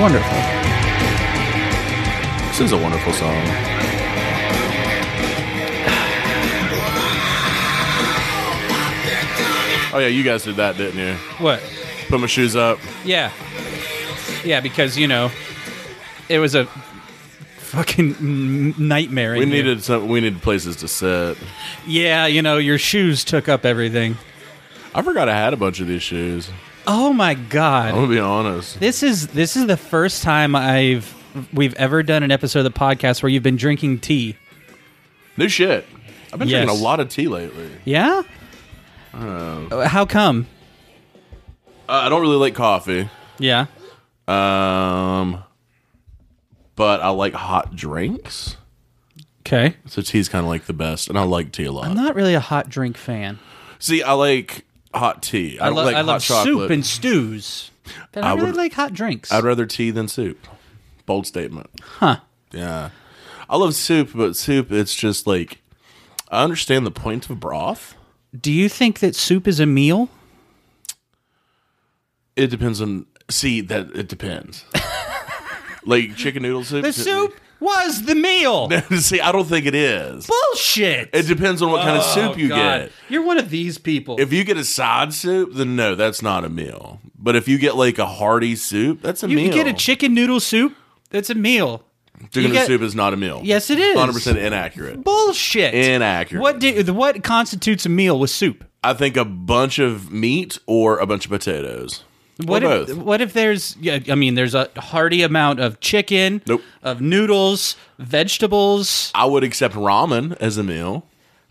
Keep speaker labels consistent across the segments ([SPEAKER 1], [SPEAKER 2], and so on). [SPEAKER 1] wonderful.
[SPEAKER 2] This is a wonderful song. Oh yeah, you guys did that, didn't you?
[SPEAKER 1] What?
[SPEAKER 2] Put my shoes up.
[SPEAKER 1] Yeah. Yeah, because, you know, it was a fucking n- nightmare. in
[SPEAKER 2] We
[SPEAKER 1] here.
[SPEAKER 2] needed some. We needed places to sit.
[SPEAKER 1] Yeah, you know, your shoes took up everything.
[SPEAKER 2] I forgot I had a bunch of these shoes.
[SPEAKER 1] Oh my
[SPEAKER 2] I'm
[SPEAKER 1] god.
[SPEAKER 2] gonna be honest.
[SPEAKER 1] This is this is the first time I've we've ever done an episode of the podcast where you've been drinking tea.
[SPEAKER 2] New shit. I've been
[SPEAKER 1] Yes.
[SPEAKER 2] drinking a lot of tea lately.
[SPEAKER 1] Yeah?
[SPEAKER 2] Oh.
[SPEAKER 1] Uh, How come?
[SPEAKER 2] Uh, I don't really like coffee,
[SPEAKER 1] Yeah.
[SPEAKER 2] um, but I like hot drinks.
[SPEAKER 1] Okay.
[SPEAKER 2] So tea's kind of like the best, and I like tea a lot.
[SPEAKER 1] I'm not really a hot drink fan.
[SPEAKER 2] See, I like hot tea. I,
[SPEAKER 1] I,
[SPEAKER 2] don't
[SPEAKER 1] love
[SPEAKER 2] like
[SPEAKER 1] I
[SPEAKER 2] hot
[SPEAKER 1] love
[SPEAKER 2] chocolate.
[SPEAKER 1] soup and stews. But I,
[SPEAKER 2] I
[SPEAKER 1] really
[SPEAKER 2] would-
[SPEAKER 1] like hot drinks.
[SPEAKER 2] I'd rather tea than soup. Bold statement.
[SPEAKER 1] huh.
[SPEAKER 2] Yeah. I love soup, but soup, it's just like, I understand the point of broth.
[SPEAKER 1] Do you think that soup is a meal?
[SPEAKER 2] It depends on, see, that it depends. like chicken noodle soup.
[SPEAKER 1] The soup was the meal.
[SPEAKER 2] see, I don't think it is.
[SPEAKER 1] Bullshit.
[SPEAKER 2] It depends on what kind
[SPEAKER 1] Oh,
[SPEAKER 2] of soup you get.
[SPEAKER 1] You're one of these people.
[SPEAKER 2] If you get a side soup, then no, that's not a meal. But if you get like a hearty soup, that's a
[SPEAKER 1] you
[SPEAKER 2] meal.
[SPEAKER 1] can get a chicken noodle soup, that's a meal.
[SPEAKER 2] chicken
[SPEAKER 1] you get-
[SPEAKER 2] soup is not a meal.
[SPEAKER 1] Yes, it is.
[SPEAKER 2] 100% inaccurate.
[SPEAKER 1] Bullshit.
[SPEAKER 2] Inaccurate.
[SPEAKER 1] What do, what constitutes a meal with soup?
[SPEAKER 2] I think a bunch of meat or a bunch of potatoes.
[SPEAKER 1] What
[SPEAKER 2] or
[SPEAKER 1] if,
[SPEAKER 2] both.
[SPEAKER 1] What if there's? Yeah, I mean, there's a hearty amount of chicken,
[SPEAKER 2] Nope.
[SPEAKER 1] of noodles, vegetables.
[SPEAKER 2] I would accept ramen as a meal.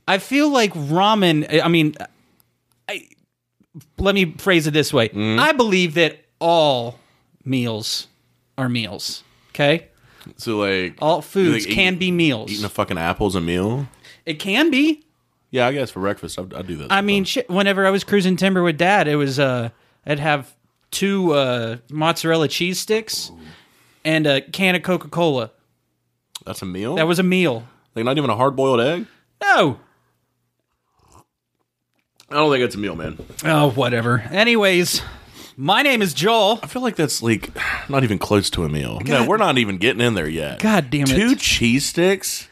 [SPEAKER 1] I feel like ramen. I- I mean, I let me phrase it this way.
[SPEAKER 2] Mm-hmm.
[SPEAKER 1] I believe that all meals are meals. Okay,
[SPEAKER 2] So like
[SPEAKER 1] all foods
[SPEAKER 2] Like,
[SPEAKER 1] can
[SPEAKER 2] eat-
[SPEAKER 1] be meals.
[SPEAKER 2] eating a fucking apple's a meal.
[SPEAKER 1] it can be.
[SPEAKER 2] Yeah, I guess for breakfast I, I do that.
[SPEAKER 1] I mean, shit, whenever I was cruising timber with dad, it was uh, I'd have two uh, mozzarella cheese sticks and a can of Coca Cola.
[SPEAKER 2] sometimes. that's a meal.
[SPEAKER 1] That was a meal.
[SPEAKER 2] like not even a hard boiled egg.
[SPEAKER 1] No.
[SPEAKER 2] I don't think it's a meal, man.
[SPEAKER 1] Oh, whatever. Anyways, my name is Joel.
[SPEAKER 2] I feel like that's like not even close to a meal. No, we're not even getting in there yet.
[SPEAKER 1] God damn it.
[SPEAKER 2] Two cheese sticks?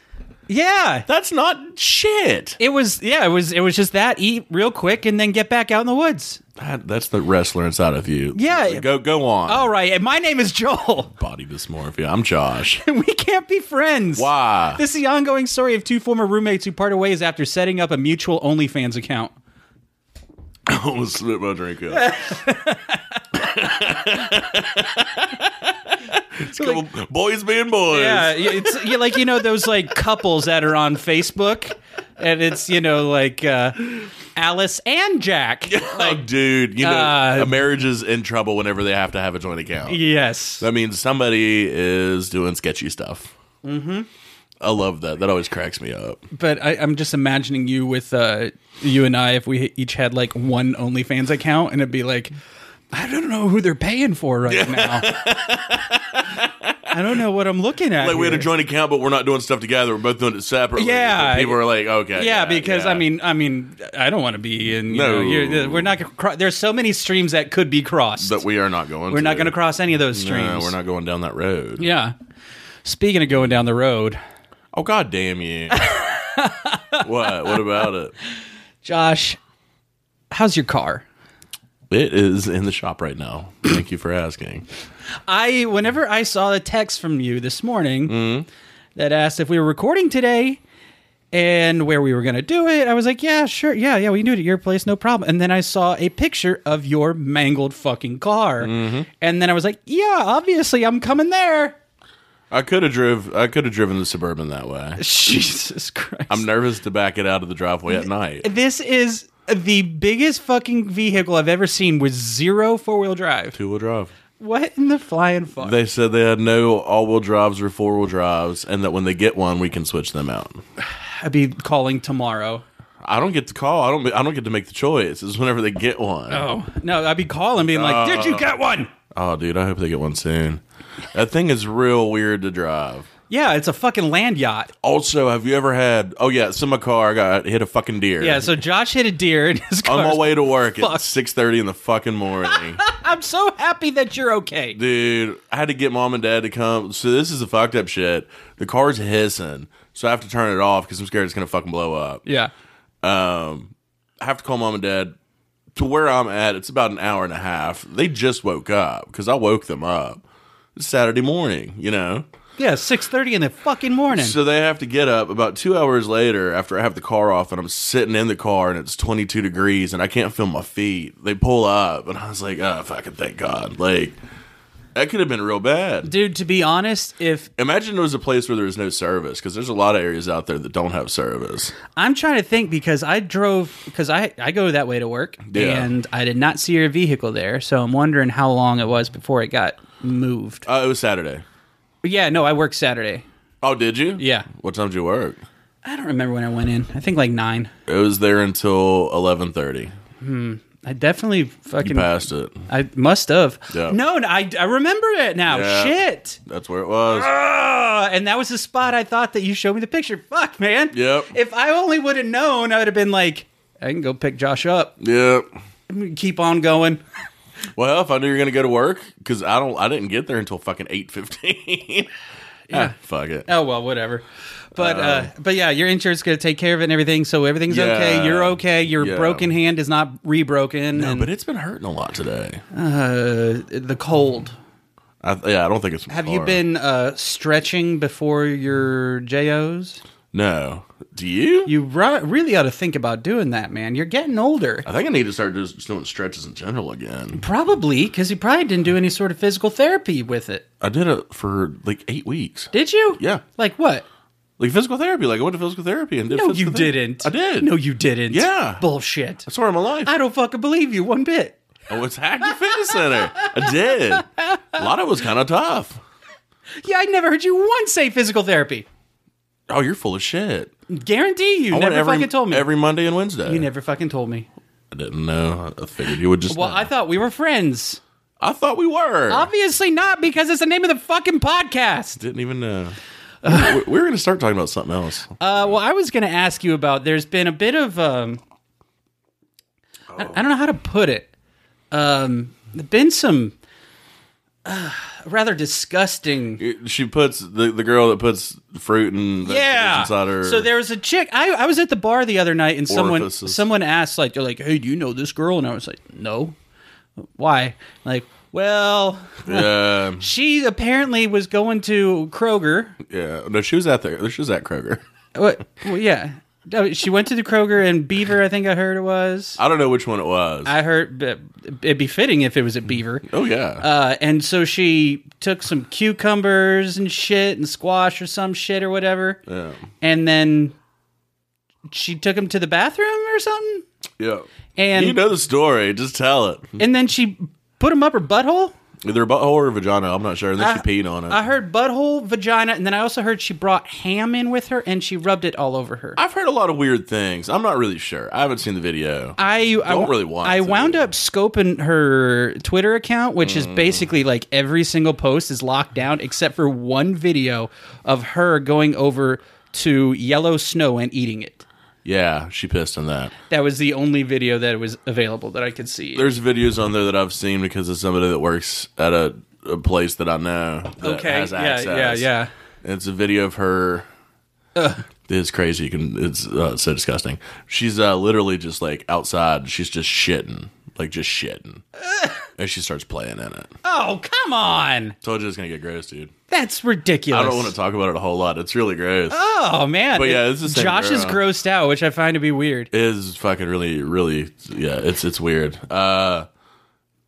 [SPEAKER 1] Yeah.
[SPEAKER 2] That's not shit.
[SPEAKER 1] It was yeah, it was it was just that eat real quick and then get back out in the woods.
[SPEAKER 2] That, that's the wrestler inside of you.
[SPEAKER 1] Yeah. Oh.
[SPEAKER 2] Go go on.
[SPEAKER 1] All right, and my name is Joel.
[SPEAKER 2] Body dysmorphia. I'm Josh.
[SPEAKER 1] we can't be friends.
[SPEAKER 2] Why?
[SPEAKER 1] This is the ongoing story of two former roommates who parted ways after setting up a mutual OnlyFans account.
[SPEAKER 2] almost spit my drink up. it's a couple boys being boys.
[SPEAKER 1] Yeah, y- it's yeah, like you know those like couples that are on Facebook, and it's you know like uh, Alice and Jack.
[SPEAKER 2] Oh, dude, you know,
[SPEAKER 1] Uh,
[SPEAKER 2] a marriage is in trouble whenever they have to have a joint account.
[SPEAKER 1] Yes,
[SPEAKER 2] That means somebody is doing sketchy stuff. Mm-hmm. I love that. That always cracks me up.
[SPEAKER 1] but I, I'm just imagining you with uh, you and I if we each had like one OnlyFans account, and it'd be like, I don't know who they're paying for right now. I don't know what I'm looking at.
[SPEAKER 2] Like we had a
[SPEAKER 1] here.
[SPEAKER 2] joint account, but we're not doing stuff together. We're both doing it separately.
[SPEAKER 1] Yeah.
[SPEAKER 2] So people are like, okay,
[SPEAKER 1] yeah, because
[SPEAKER 2] yeah.
[SPEAKER 1] I mean, I mean, I don't want to be in. You
[SPEAKER 2] No.
[SPEAKER 1] know, you're, we're not. Gonna cro- there's so many streams that could be crossed.
[SPEAKER 2] but we are not going.
[SPEAKER 1] we're not
[SPEAKER 2] to.
[SPEAKER 1] going to cross any of those streams.
[SPEAKER 2] No, we're not going down that road.
[SPEAKER 1] Yeah. Speaking of going down the road,
[SPEAKER 2] Oh God damn you! what? What about it?
[SPEAKER 1] Josh, how's your car?
[SPEAKER 2] It is in the shop right now. Thank you for asking.
[SPEAKER 1] I whenever I saw the text from you this morning that asked if we were recording today and where we were going to do it, I was like, "Yeah, sure. Yeah, yeah, we can do it at your place, no problem." And then I saw a picture of your mangled fucking car. And then I was like, "Yeah, obviously I'm coming there."
[SPEAKER 2] I could have driven. I could have driven the suburban that way.
[SPEAKER 1] Jesus Christ.
[SPEAKER 2] I'm nervous to back it out of the driveway at night.
[SPEAKER 1] this is the biggest fucking vehicle I've ever seen with zero four-wheel drive.
[SPEAKER 2] Two wheel drive.
[SPEAKER 1] What in the flying fuck?
[SPEAKER 2] They said they had no all wheel drives or four wheel drives, and that when they get one, we can switch them out.
[SPEAKER 1] I'd be calling tomorrow.
[SPEAKER 2] I don't get to call. I don't. I don't get to make the choice. It's whenever they get one.
[SPEAKER 1] Oh no, I'd be calling, being like, "Did you get one?"
[SPEAKER 2] Oh, dude, I hope they get one soon. That thing is real weird to drive.
[SPEAKER 1] Yeah, it's a fucking land yacht.
[SPEAKER 2] Also, have you ever had? Oh yeah, it's in my car. I got hit a fucking deer.
[SPEAKER 1] Yeah, so Josh hit a deer in his car.
[SPEAKER 2] on my way to work
[SPEAKER 1] Fuck.
[SPEAKER 2] at six thirty in the fucking morning,
[SPEAKER 1] I'm so happy that you're okay.
[SPEAKER 2] dude. I had to get mom and dad to come. So this is the fucked up shit. The car's hissing, so I have to turn it off because I'm scared it's gonna fucking blow up.
[SPEAKER 1] Yeah.
[SPEAKER 2] Um, I have to call mom and dad to where I'm at. It's about an hour and a half. They just woke up because I woke them up. It's Saturday morning, you know.
[SPEAKER 1] Yeah, 6.30 in the fucking morning.
[SPEAKER 2] So they have to get up about two hours later after I have the car off and I'm sitting in the car and it's 22 degrees and I can't feel my feet. They pull up and I was like, oh, fucking thank God. Like, that could have been real bad.
[SPEAKER 1] Dude, to be honest, if
[SPEAKER 2] Imagine it was a place where there was no service because there's a lot of areas out there that don't have service.
[SPEAKER 1] I'm trying to think because I drove because I I go that way to work
[SPEAKER 2] Yeah.
[SPEAKER 1] and I did not see your vehicle there, so I'm wondering how long it was before it got moved.
[SPEAKER 2] Uh, it was Saturday.
[SPEAKER 1] But yeah, no, I worked Saturday.
[SPEAKER 2] Oh, did you?
[SPEAKER 1] Yeah.
[SPEAKER 2] What time did you work?
[SPEAKER 1] I don't remember when I went in. I think like 9.
[SPEAKER 2] It was there until 11:30.
[SPEAKER 1] I definitely
[SPEAKER 2] You
[SPEAKER 1] fucking
[SPEAKER 2] passed it.
[SPEAKER 1] I must have.
[SPEAKER 2] Yeah.
[SPEAKER 1] No, no, I I remember it now.
[SPEAKER 2] Yeah.
[SPEAKER 1] Shit.
[SPEAKER 2] That's where it was.
[SPEAKER 1] Ah, and that was the spot I thought that you showed me the picture. Fuck, man.
[SPEAKER 2] Yep.
[SPEAKER 1] If I only would have known, I would have been like, I can go pick Josh up.
[SPEAKER 2] Yep.
[SPEAKER 1] Keep on going.
[SPEAKER 2] Well, if I knew you were gonna go to work, because I don't, I didn't get there until fucking eight fifteen. yeah, fuck it.
[SPEAKER 1] Oh well, whatever. But uh, but yeah, your insurance going to take care of it and everything, so everything's
[SPEAKER 2] Yeah.
[SPEAKER 1] okay. You're okay. Your
[SPEAKER 2] Yeah.
[SPEAKER 1] broken hand is not rebroken,
[SPEAKER 2] No,
[SPEAKER 1] and
[SPEAKER 2] but it's been hurting a lot today.
[SPEAKER 1] uh, the cold.
[SPEAKER 2] I, yeah, I don't think it's.
[SPEAKER 1] Have you been uh, stretching before your JOs?
[SPEAKER 2] No. Do you?
[SPEAKER 1] You ri- really ought to think about doing that, man. You're getting older.
[SPEAKER 2] I think I need to start just doing stretches in general again.
[SPEAKER 1] Probably because you probably didn't do any sort of physical therapy with it.
[SPEAKER 2] I did it for like eight weeks.
[SPEAKER 1] Did you?
[SPEAKER 2] Yeah.
[SPEAKER 1] Like what?
[SPEAKER 2] Like physical therapy. Like I went to physical therapy and did.
[SPEAKER 1] No,
[SPEAKER 2] physical
[SPEAKER 1] you
[SPEAKER 2] therapy.
[SPEAKER 1] didn't.
[SPEAKER 2] I did.
[SPEAKER 1] No, you didn't.
[SPEAKER 2] Yeah.
[SPEAKER 1] Bullshit.
[SPEAKER 2] I swear on my life.
[SPEAKER 1] I don't fucking believe you one bit.
[SPEAKER 2] I went to Active Fitness Center. I did. A lot of it was kind of tough.
[SPEAKER 1] Yeah, I never heard you once say physical therapy.
[SPEAKER 2] Oh, you're full of shit.
[SPEAKER 1] Guarantee you.
[SPEAKER 2] I
[SPEAKER 1] never
[SPEAKER 2] went every,
[SPEAKER 1] fucking told me.
[SPEAKER 2] Every Monday and Wednesday.
[SPEAKER 1] you never fucking told me.
[SPEAKER 2] I didn't know. I figured you would just.
[SPEAKER 1] Well,
[SPEAKER 2] know.
[SPEAKER 1] I thought we were friends.
[SPEAKER 2] I thought we were.
[SPEAKER 1] Obviously not, because it's the name of the fucking podcast.
[SPEAKER 2] Didn't even know. we we were going to start talking about something else.
[SPEAKER 1] Uh, well, I was going to ask you about. There's been a bit of. Um, I, I don't know how to put it. Um, there's been some uh, rather disgusting.
[SPEAKER 2] It- she puts the, the girl that puts fruit and vegetables
[SPEAKER 1] Yeah.
[SPEAKER 2] inside her.
[SPEAKER 1] So there was a chick. I, I was at the bar the other night, and someone
[SPEAKER 2] Orifices.
[SPEAKER 1] someone asked like, "They're like, hey, do you know this girl?" And I was like, "No." Why? Like, well,
[SPEAKER 2] yeah,
[SPEAKER 1] she apparently was going to Kroger.
[SPEAKER 2] yeah. No, she was at there. She was at Kroger.
[SPEAKER 1] What? Well, yeah. No, She went to the Kroger and Beaver. I think I heard it was.
[SPEAKER 2] I don't know which one it was.
[SPEAKER 1] I heard but it'd be fitting if it was at Beaver.
[SPEAKER 2] oh yeah,
[SPEAKER 1] Uh, and so she took some cucumbers and shit and squash or some shit or whatever.
[SPEAKER 2] yeah,
[SPEAKER 1] And then she took him to the bathroom or something.
[SPEAKER 2] yeah.
[SPEAKER 1] And
[SPEAKER 2] you know the story. Just tell it.
[SPEAKER 1] and then she put him up her butthole.
[SPEAKER 2] Either butthole or vagina. I'm not sure. And then
[SPEAKER 1] I-
[SPEAKER 2] she peed on it.
[SPEAKER 1] I
[SPEAKER 2] I,
[SPEAKER 1] heard butthole, vagina, and then I also heard she brought ham in with her and she rubbed it all over her.
[SPEAKER 2] have heard a lot of weird things. I'm not really sure. I haven't seen the video.
[SPEAKER 1] I I
[SPEAKER 2] Don't really want
[SPEAKER 1] I
[SPEAKER 2] to.
[SPEAKER 1] wound up scoping her Twitter account, which
[SPEAKER 2] Mm.
[SPEAKER 1] is basically like every single post is locked down except for one video of her going over to yellow snow and eating it.
[SPEAKER 2] yeah, she pissed on that.
[SPEAKER 1] That was the only video that was available that I could see.
[SPEAKER 2] There's videos on there that I've seen because of somebody that works at a, a place that I know. That
[SPEAKER 1] okay,
[SPEAKER 2] has
[SPEAKER 1] yeah,
[SPEAKER 2] access.
[SPEAKER 1] yeah, yeah.
[SPEAKER 2] It's a video of her. It's crazy. You can. It's uh, so disgusting. She's uh, literally just like outside. She's just shitting, like just shitting, and she starts playing in it.
[SPEAKER 1] Oh, come on.
[SPEAKER 2] Told you it's gonna get gross, dude.
[SPEAKER 1] That's ridiculous.
[SPEAKER 2] I don't want to talk about it a whole lot. It's really gross.
[SPEAKER 1] Oh man.
[SPEAKER 2] But yeah, it's the same
[SPEAKER 1] Josh is
[SPEAKER 2] girl.
[SPEAKER 1] grossed out, which I find to be weird.
[SPEAKER 2] It is fucking really, really. Yeah, it's it's weird. Uh,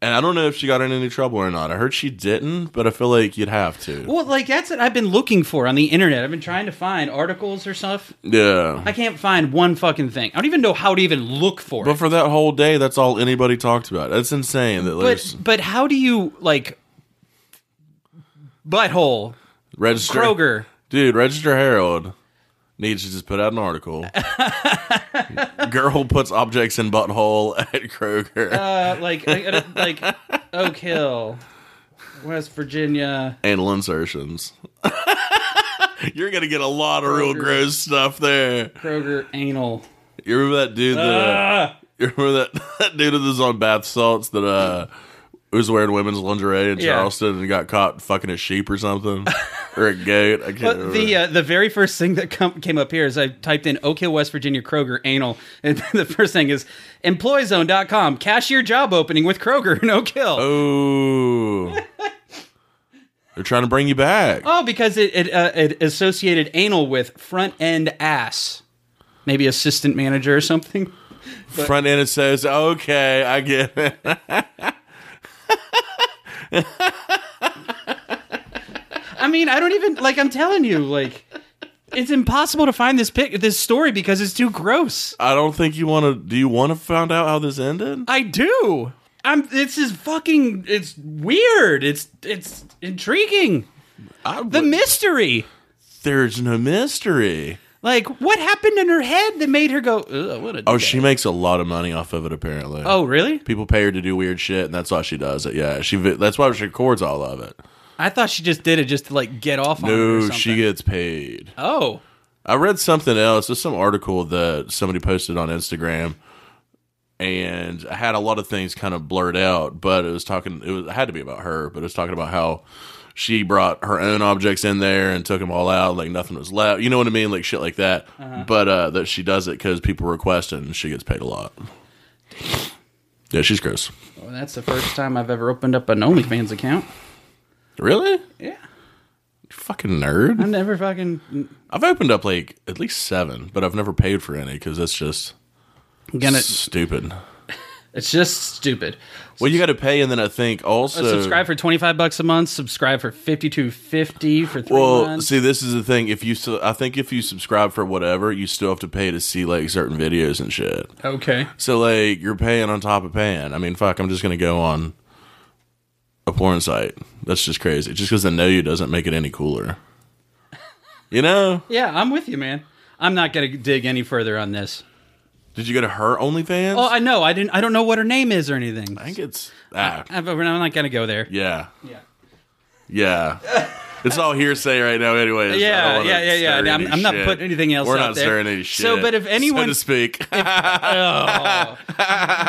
[SPEAKER 2] and I don't know if she got in any trouble or not. I heard she didn't, but I feel like you'd have to.
[SPEAKER 1] Well, like that's what I've been looking for on the internet. I've been trying to find articles or stuff.
[SPEAKER 2] Yeah.
[SPEAKER 1] I can't find one fucking thing. I don't even know how to even look for
[SPEAKER 2] But
[SPEAKER 1] it.
[SPEAKER 2] for that whole day, that's all anybody talked about. That's insane. That
[SPEAKER 1] But
[SPEAKER 2] there's
[SPEAKER 1] but how do you like butthole
[SPEAKER 2] register
[SPEAKER 1] Kroger?
[SPEAKER 2] Dude, Register Herald needs to just put out an article. Girl puts objects in butthole at Kroger
[SPEAKER 1] Uh, like I- I- like Oak Hill, West Virginia.
[SPEAKER 2] anal insertions. You're gonna get a lot of real gross stuff there.
[SPEAKER 1] Kroger anal.
[SPEAKER 2] You remember that dude? That, uh,
[SPEAKER 1] Ah!
[SPEAKER 2] you remember that, that dude that was on bath salts that uh was wearing women's lingerie in
[SPEAKER 1] Yeah.
[SPEAKER 2] Charleston and got caught fucking a sheep or something or a goat? I can't
[SPEAKER 1] But
[SPEAKER 2] remember.
[SPEAKER 1] the uh, the very first thing that com- came up here is I typed in Oak Hill, West Virginia Kroger anal, and the first thing is employzone.com cashier job opening with Kroger in Oak Hill. Oh,
[SPEAKER 2] oh, they're trying to bring you back.
[SPEAKER 1] because it it, uh, it associated anal with front end ass, maybe assistant manager or something.
[SPEAKER 2] Front end it says, "Okay, I get it."
[SPEAKER 1] I mean, I don't even like. I'm telling you, like, it's impossible to find this pic, this story, because it's too gross.
[SPEAKER 2] I don't think you want to. Do you want to find out how this ended?
[SPEAKER 1] I do. I'm. This is fucking. It's weird. It's it's intriguing.
[SPEAKER 2] I
[SPEAKER 1] Uh, The
[SPEAKER 2] would-
[SPEAKER 1] mystery.
[SPEAKER 2] There's no mystery.
[SPEAKER 1] Like, what happened in her head that made her go? Ugh, what a
[SPEAKER 2] Oh,
[SPEAKER 1] dick."
[SPEAKER 2] she makes a lot of money off of it. Apparently.
[SPEAKER 1] Oh, really?
[SPEAKER 2] People pay her to do weird shit, and that's why she does it. Yeah, she. vi- That's why she records all of it.
[SPEAKER 1] I thought she just did it just to like get off on it or
[SPEAKER 2] No,
[SPEAKER 1] something.
[SPEAKER 2] she gets paid.
[SPEAKER 1] oh,
[SPEAKER 2] I read something else. There's some article that somebody posted on Instagram, and I had a lot of things kind of blurred out. But it was talking. It, was, it had to be about her, but it was talking about how she brought her own objects in there and took them all out. Like nothing was left. You know what I mean? Like shit like that.
[SPEAKER 1] Uh-huh.
[SPEAKER 2] But uh, that she does it because people request it, and she gets paid a lot. Yeah, she's gross.
[SPEAKER 1] Well, that's the first time I've ever opened up an OnlyFans account.
[SPEAKER 2] Really?
[SPEAKER 1] Yeah,
[SPEAKER 2] Fucking nerd.
[SPEAKER 1] I've never fucking
[SPEAKER 2] I've opened up like at least seven, but I've never paid for any because that's just
[SPEAKER 1] gonna.
[SPEAKER 2] stupid.
[SPEAKER 1] It's just stupid.
[SPEAKER 2] Well, you got to pay, and then I think also
[SPEAKER 1] subscribe for 25 bucks a month subscribe for 52.50 for three
[SPEAKER 2] Well,
[SPEAKER 1] months
[SPEAKER 2] see, this is the thing. If you, su- I think if you subscribe for whatever, you still have to pay to see like certain videos and shit.
[SPEAKER 1] okay
[SPEAKER 2] So like, you're paying on top of paying. I mean, fuck, I'm just gonna go on a porn site. That's just crazy. Just because I know you doesn't make it any cooler. You know?
[SPEAKER 1] yeah i'm with you man i'm not gonna dig any further on this
[SPEAKER 2] Did you go to her OnlyFans?
[SPEAKER 1] oh i know i didn't i don't know what her name is or anything
[SPEAKER 2] I think it's ah,
[SPEAKER 1] I, am not gonna go there
[SPEAKER 2] yeah,
[SPEAKER 1] yeah
[SPEAKER 2] yeah. It's all hearsay right now, anyways. I don't
[SPEAKER 1] yeah,
[SPEAKER 2] wanna
[SPEAKER 1] yeah, yeah, yeah.
[SPEAKER 2] stir
[SPEAKER 1] I'm-
[SPEAKER 2] any
[SPEAKER 1] I'm not
[SPEAKER 2] shit.
[SPEAKER 1] putting anything else
[SPEAKER 2] We're
[SPEAKER 1] out
[SPEAKER 2] not
[SPEAKER 1] there.
[SPEAKER 2] stirring any shit.
[SPEAKER 1] So, but if anyone-
[SPEAKER 2] so to speak,
[SPEAKER 1] Oh.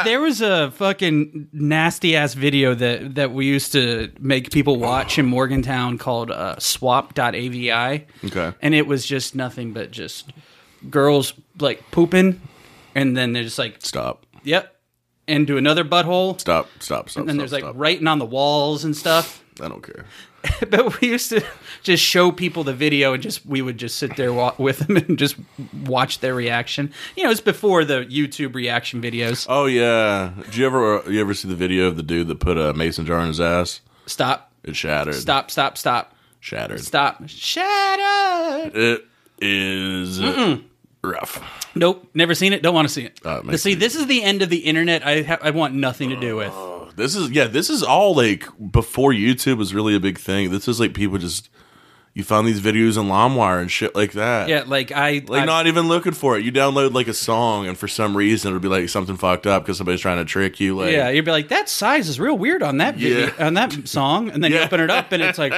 [SPEAKER 1] there was a fucking nasty ass video that that we used to make people watch in morgantown called uh, swap.avi
[SPEAKER 2] Okay.
[SPEAKER 1] and it was just nothing but just girls like pooping and then they're just like
[SPEAKER 2] stop.
[SPEAKER 1] Yep. Into another butthole.
[SPEAKER 2] Stop, stop, stop.
[SPEAKER 1] And then
[SPEAKER 2] stop,
[SPEAKER 1] there's like
[SPEAKER 2] stop.
[SPEAKER 1] writing on the walls and stuff.
[SPEAKER 2] I don't care.
[SPEAKER 1] but we used to just show people the video and just we would just sit there wa- with them and just watch their reaction. You know, it's before the YouTube reaction videos.
[SPEAKER 2] Oh yeah. Did you ever you ever see the video of the dude that put a mason jar in his ass?
[SPEAKER 1] Stop.
[SPEAKER 2] It shattered.
[SPEAKER 1] Stop. Stop. Stop.
[SPEAKER 2] Shattered.
[SPEAKER 1] Stop. Shattered.
[SPEAKER 2] It is rough.
[SPEAKER 1] Nope. Never seen it. Don't want to see it.
[SPEAKER 2] Oh, it
[SPEAKER 1] But
[SPEAKER 2] makes
[SPEAKER 1] see, this is the end of the internet. I ha- I want nothing to do with.
[SPEAKER 2] This is yeah. This is all like before YouTube was really a big thing. This is like people just you find these videos on LimeWire and shit like that.
[SPEAKER 1] Yeah. Like I.
[SPEAKER 2] Like
[SPEAKER 1] I-
[SPEAKER 2] not even looking for it. You download like a song, and for some reason it'll be like something fucked up because somebody's trying to trick you. Like
[SPEAKER 1] Yeah, you'd be like, that size is real weird on that video,
[SPEAKER 2] Yeah.
[SPEAKER 1] on that song, and then you open it up, and it's like,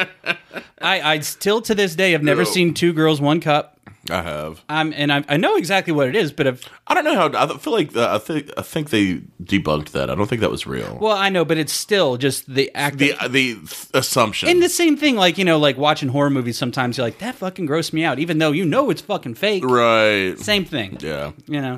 [SPEAKER 1] I, I still to this day have never
[SPEAKER 2] No.
[SPEAKER 1] seen two girls one cup.
[SPEAKER 2] I have.
[SPEAKER 1] I'm and I, I know exactly what it is, but if
[SPEAKER 2] I don't know how. I feel like uh, I think I think they debunked that. I don't think that was real.
[SPEAKER 1] well, I know, but it's still just the act.
[SPEAKER 2] the uh, the th- assumption.
[SPEAKER 1] and the same thing, like you know, like watching horror movies. Sometimes you're like, that fucking grossed me out, even though you know it's fucking fake.
[SPEAKER 2] right.
[SPEAKER 1] Same thing,
[SPEAKER 2] Yeah.
[SPEAKER 1] you know.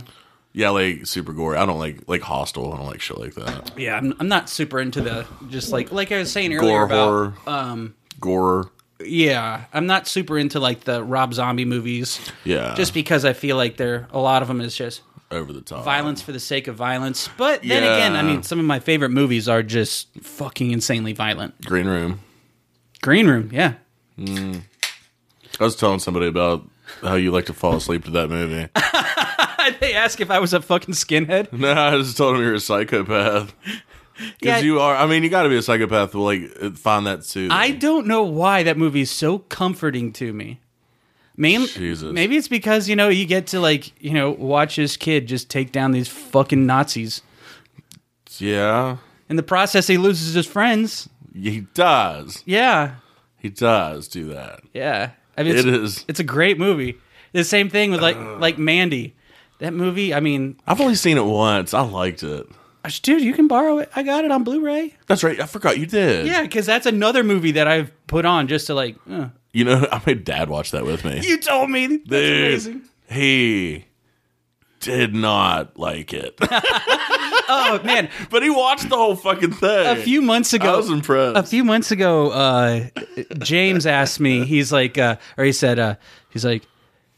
[SPEAKER 2] Yeah, like super gory. I don't like like hostile. I don't like shit like that.
[SPEAKER 1] Yeah, I'm, I'm not super into the just like like I was saying earlier
[SPEAKER 2] Gore
[SPEAKER 1] about
[SPEAKER 2] horror. Um gore.
[SPEAKER 1] Yeah, I'm not super into like the Rob Zombie movies.
[SPEAKER 2] Yeah.
[SPEAKER 1] just because I feel like there a lot of them is just
[SPEAKER 2] over the top.
[SPEAKER 1] violence for the sake of violence. But then
[SPEAKER 2] Yeah.
[SPEAKER 1] again, I mean, some of my favorite movies are just fucking insanely violent.
[SPEAKER 2] Green room.
[SPEAKER 1] Green Room, yeah.
[SPEAKER 2] I was telling somebody about how you like to fall asleep to that movie.
[SPEAKER 1] they ask if I was a fucking skinhead.
[SPEAKER 2] no, I just told him you're a psychopath. Because
[SPEAKER 1] Yeah.
[SPEAKER 2] you are. I mean, you got to be a psychopath to like uh, find that soothing.
[SPEAKER 1] I don't know why that movie is so comforting to me. Main,
[SPEAKER 2] Jesus.
[SPEAKER 1] Maybe it's because you know you get to like you know watch this kid just take down these fucking Nazis.
[SPEAKER 2] yeah,
[SPEAKER 1] In the process, he loses his friends.
[SPEAKER 2] he does.
[SPEAKER 1] Yeah,
[SPEAKER 2] He does do that.
[SPEAKER 1] yeah. I mean, it's,
[SPEAKER 2] It is.
[SPEAKER 1] It's a great movie. The same thing with like like Mandy. That movie. I mean,
[SPEAKER 2] I've only seen it once. I liked it.
[SPEAKER 1] dude, you can borrow it. I got it on Blu-ray.
[SPEAKER 2] That's right. I forgot you did.
[SPEAKER 1] Yeah, because that's another movie that I've put on just to like. uh.
[SPEAKER 2] You know, I made dad watch that with me.
[SPEAKER 1] You told me. That's
[SPEAKER 2] Dude,
[SPEAKER 1] amazing.
[SPEAKER 2] He did not like it.
[SPEAKER 1] Oh man,
[SPEAKER 2] but he watched the whole fucking thing.
[SPEAKER 1] a few months ago.
[SPEAKER 2] I was impressed.
[SPEAKER 1] a few months ago, uh, James asked me, he's like, uh, or he said, uh, he's like,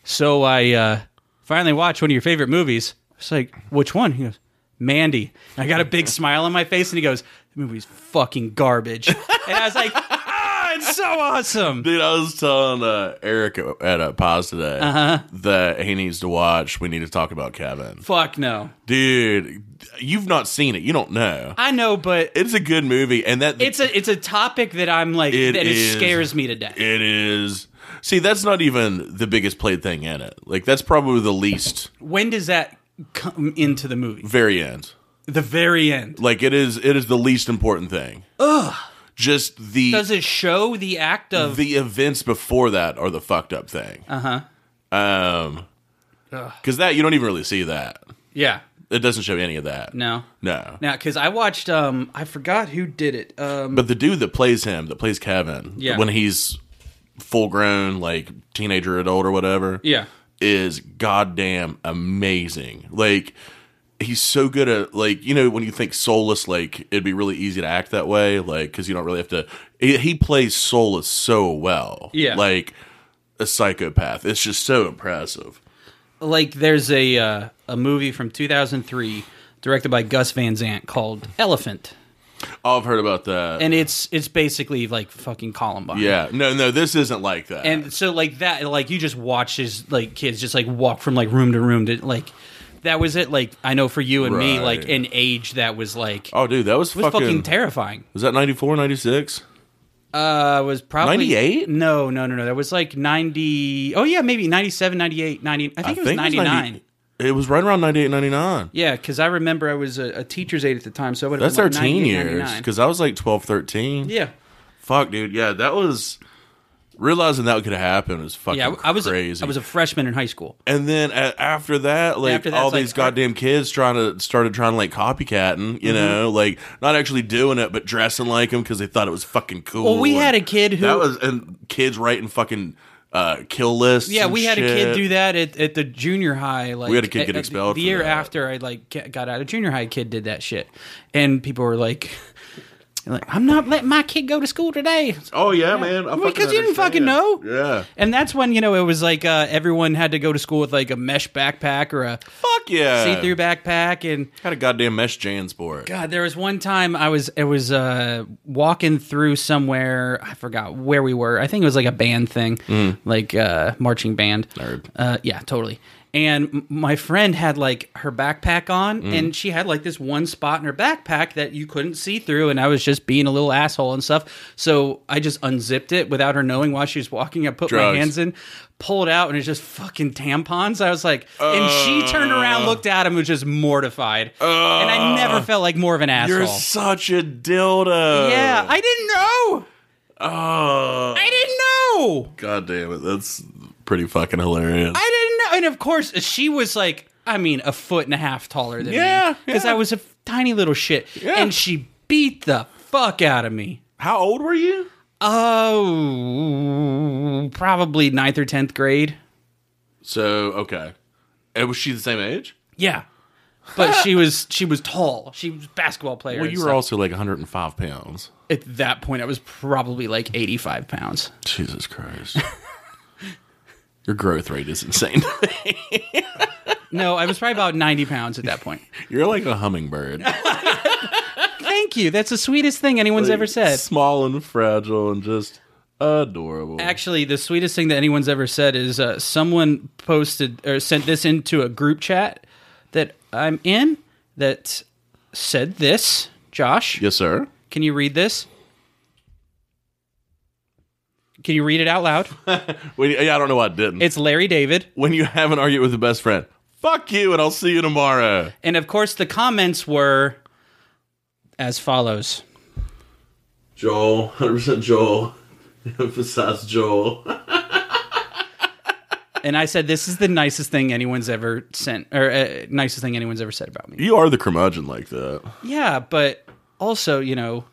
[SPEAKER 1] so I uh, finally watched one of your favorite movies. It's like, which one? He goes, Mandy. And I got a big smile on my face, and he goes, the movie's fucking garbage. And I was like, ah, it's so awesome.
[SPEAKER 2] Dude, I was telling uh, Eric at a pause today
[SPEAKER 1] Uh-huh.
[SPEAKER 2] that he needs to watch. We need to talk about Kevin.
[SPEAKER 1] Fuck no.
[SPEAKER 2] Dude, you've not seen it. You don't know.
[SPEAKER 1] I know, but
[SPEAKER 2] It's a good movie, and that
[SPEAKER 1] it's a it's a topic that I'm like
[SPEAKER 2] It
[SPEAKER 1] that
[SPEAKER 2] is-
[SPEAKER 1] it scares me to death.
[SPEAKER 2] it is. See, that's not even the biggest played thing in it. Like that's probably the least
[SPEAKER 1] when does that come into the movie?
[SPEAKER 2] very end.
[SPEAKER 1] The very end.
[SPEAKER 2] Like it is. It is the least important thing. Ugh. Just the
[SPEAKER 1] Does it show the act of
[SPEAKER 2] the events before that are the fucked up thing. Uh
[SPEAKER 1] Uh-huh.
[SPEAKER 2] huh. Um, because that you don't even really see that.
[SPEAKER 1] yeah?
[SPEAKER 2] It doesn't show any of that.
[SPEAKER 1] No.
[SPEAKER 2] No.
[SPEAKER 1] Now, because I watched, um, I forgot who did it. Um,
[SPEAKER 2] But the dude that plays him, that plays Kevin,
[SPEAKER 1] Yeah.
[SPEAKER 2] when he's full grown, like teenager, adult, or whatever,
[SPEAKER 1] yeah,
[SPEAKER 2] is goddamn amazing. Like he's so good at like you know when you think soulless, like it'd be really easy to act that way, like because you don't really have to. He, he plays soulless so well,
[SPEAKER 1] Yeah.
[SPEAKER 2] like a psychopath. It's just so impressive.
[SPEAKER 1] like there's a uh, a movie from 2003 directed by Gus Van Sant called Elephant,
[SPEAKER 2] I've heard about that.
[SPEAKER 1] and it's it's basically like fucking Columbine.
[SPEAKER 2] yeah, no, no, this isn't like that.
[SPEAKER 1] And so like that, like you just watch his like kids just like walk from like room to room to like that was it. Like I know for you and me, like
[SPEAKER 2] Right.
[SPEAKER 1] an age that was like
[SPEAKER 2] oh, dude, that was,
[SPEAKER 1] was
[SPEAKER 2] fucking.
[SPEAKER 1] fucking, terrifying.
[SPEAKER 2] was that 94, 96?
[SPEAKER 1] Uh, was probably
[SPEAKER 2] 98?
[SPEAKER 1] No, no, no, no. That was like 90. Oh yeah, maybe 97, 98, 90. I think it was 99.
[SPEAKER 2] 90 It was right around 98, 99.
[SPEAKER 1] Yeah, because I remember I was a, a teacher's aide at the time, so I would have
[SPEAKER 2] That's
[SPEAKER 1] been
[SPEAKER 2] our
[SPEAKER 1] like
[SPEAKER 2] teen
[SPEAKER 1] 98,
[SPEAKER 2] years
[SPEAKER 1] 99.
[SPEAKER 2] because I was like 12, 13.
[SPEAKER 1] Yeah,
[SPEAKER 2] Fuck, dude. Yeah, that was realizing that could have happened was fucking
[SPEAKER 1] yeah. I was
[SPEAKER 2] crazy.
[SPEAKER 1] I was a freshman in high school.
[SPEAKER 2] and then a- after that, like
[SPEAKER 1] After that,
[SPEAKER 2] all
[SPEAKER 1] it's like,
[SPEAKER 2] these goddamn kids trying to started trying to like copycatting,
[SPEAKER 1] Mm-hmm.
[SPEAKER 2] you know, like not actually doing it but dressing like them because they thought it was fucking cool.
[SPEAKER 1] Well, we had a
[SPEAKER 2] And
[SPEAKER 1] kid who.
[SPEAKER 2] that was and kids writing fucking uh, kill lists.
[SPEAKER 1] yeah,
[SPEAKER 2] and
[SPEAKER 1] we had a kid
[SPEAKER 2] shit.
[SPEAKER 1] do that at, at the junior high. Like
[SPEAKER 2] We had a kid
[SPEAKER 1] at-
[SPEAKER 2] get
[SPEAKER 1] at
[SPEAKER 2] expelled
[SPEAKER 1] the
[SPEAKER 2] for
[SPEAKER 1] year
[SPEAKER 2] that.
[SPEAKER 1] after I like get- got out of junior high. A kid did that shit, and people were like, "Like I'm not letting my kid go to school today."
[SPEAKER 2] Oh yeah, man. I
[SPEAKER 1] Because you didn't fucking
[SPEAKER 2] understand.
[SPEAKER 1] know.
[SPEAKER 2] Yeah.
[SPEAKER 1] And that's when you know it was like uh, everyone had to go to school with like a mesh backpack or a
[SPEAKER 2] Fuck yeah.
[SPEAKER 1] see-through backpack, and
[SPEAKER 2] Had a goddamn mesh Jansport.
[SPEAKER 1] God, there was one time I was I was uh, walking through somewhere. I forgot where we were. I think it was like a band thing, like uh, marching band. Uh, yeah, totally. And m- my friend had like her backpack on, and she had like this one spot in her backpack that you couldn't see through. And I was just being a little asshole and stuff. So I just unzipped it without her knowing while she was walking. I put
[SPEAKER 2] Drugs.
[SPEAKER 1] my hands in, pulled out, and it's just fucking tampons. I was like, and she turned around, looked at him, and was just mortified. and I never felt like more of an asshole.
[SPEAKER 2] Uh, You're such a dildo.
[SPEAKER 1] yeah, I didn't know.
[SPEAKER 2] oh.
[SPEAKER 1] I didn't know.
[SPEAKER 2] God damn it. That's pretty fucking hilarious.
[SPEAKER 1] I didn't know. And of course, she was like, I mean, a foot and a half taller than
[SPEAKER 2] Yeah,
[SPEAKER 1] me because
[SPEAKER 2] yeah.
[SPEAKER 1] I was a f- tiny little shit,
[SPEAKER 2] Yeah.
[SPEAKER 1] and she beat the fuck out of me.
[SPEAKER 2] How old were you?
[SPEAKER 1] Oh, probably ninth or tenth grade.
[SPEAKER 2] So, okay. And was she the same age?
[SPEAKER 1] Yeah, but she was she was tall. She was a basketball player.
[SPEAKER 2] Well,
[SPEAKER 1] and
[SPEAKER 2] you were
[SPEAKER 1] stuff.
[SPEAKER 2] also like 105 pounds.
[SPEAKER 1] at that point. I was probably like eighty five pounds.
[SPEAKER 2] Jesus Christ. Your growth rate is insane.
[SPEAKER 1] No, I was probably about ninety pounds at that point.
[SPEAKER 2] You're like a hummingbird.
[SPEAKER 1] Thank you. That's the sweetest thing anyone's ever said.
[SPEAKER 2] Small and fragile and just adorable.
[SPEAKER 1] Actually, the sweetest thing that anyone's ever said is uh, someone posted or sent this into a group chat that I'm in that said this. Josh,
[SPEAKER 2] yes, sir.
[SPEAKER 1] can you read this? Can you read it out loud?
[SPEAKER 2] Wait, yeah, I don't know why I didn't.
[SPEAKER 1] It's Larry David.
[SPEAKER 2] when you have an argument with a best friend. Fuck you, and I'll see you tomorrow.
[SPEAKER 1] And of course, the comments were as follows.
[SPEAKER 2] Joel, 100% Joel. Emphasize Joel.
[SPEAKER 1] and I said, "This is the nicest thing anyone's ever sent, or uh, nicest thing anyone's ever said about me."
[SPEAKER 2] You are the curmudgeon like that.
[SPEAKER 1] Yeah, but also, you know,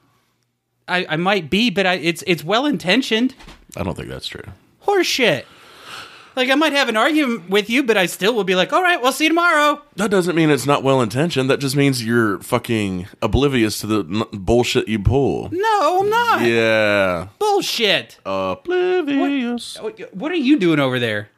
[SPEAKER 1] I, I might be, but I, it's it's well intentioned.
[SPEAKER 2] I don't think that's true.
[SPEAKER 1] Horseshit. Like I might have an argument with you, but I still will be like, "All right, we'll see you tomorrow."
[SPEAKER 2] That doesn't mean it's not well intentioned. That just means you're fucking oblivious to the n- bullshit you pull.
[SPEAKER 1] No, I'm not.
[SPEAKER 2] Yeah. Uh,
[SPEAKER 1] Bullshit.
[SPEAKER 2] Oblivious.
[SPEAKER 1] What- What are you doing over there?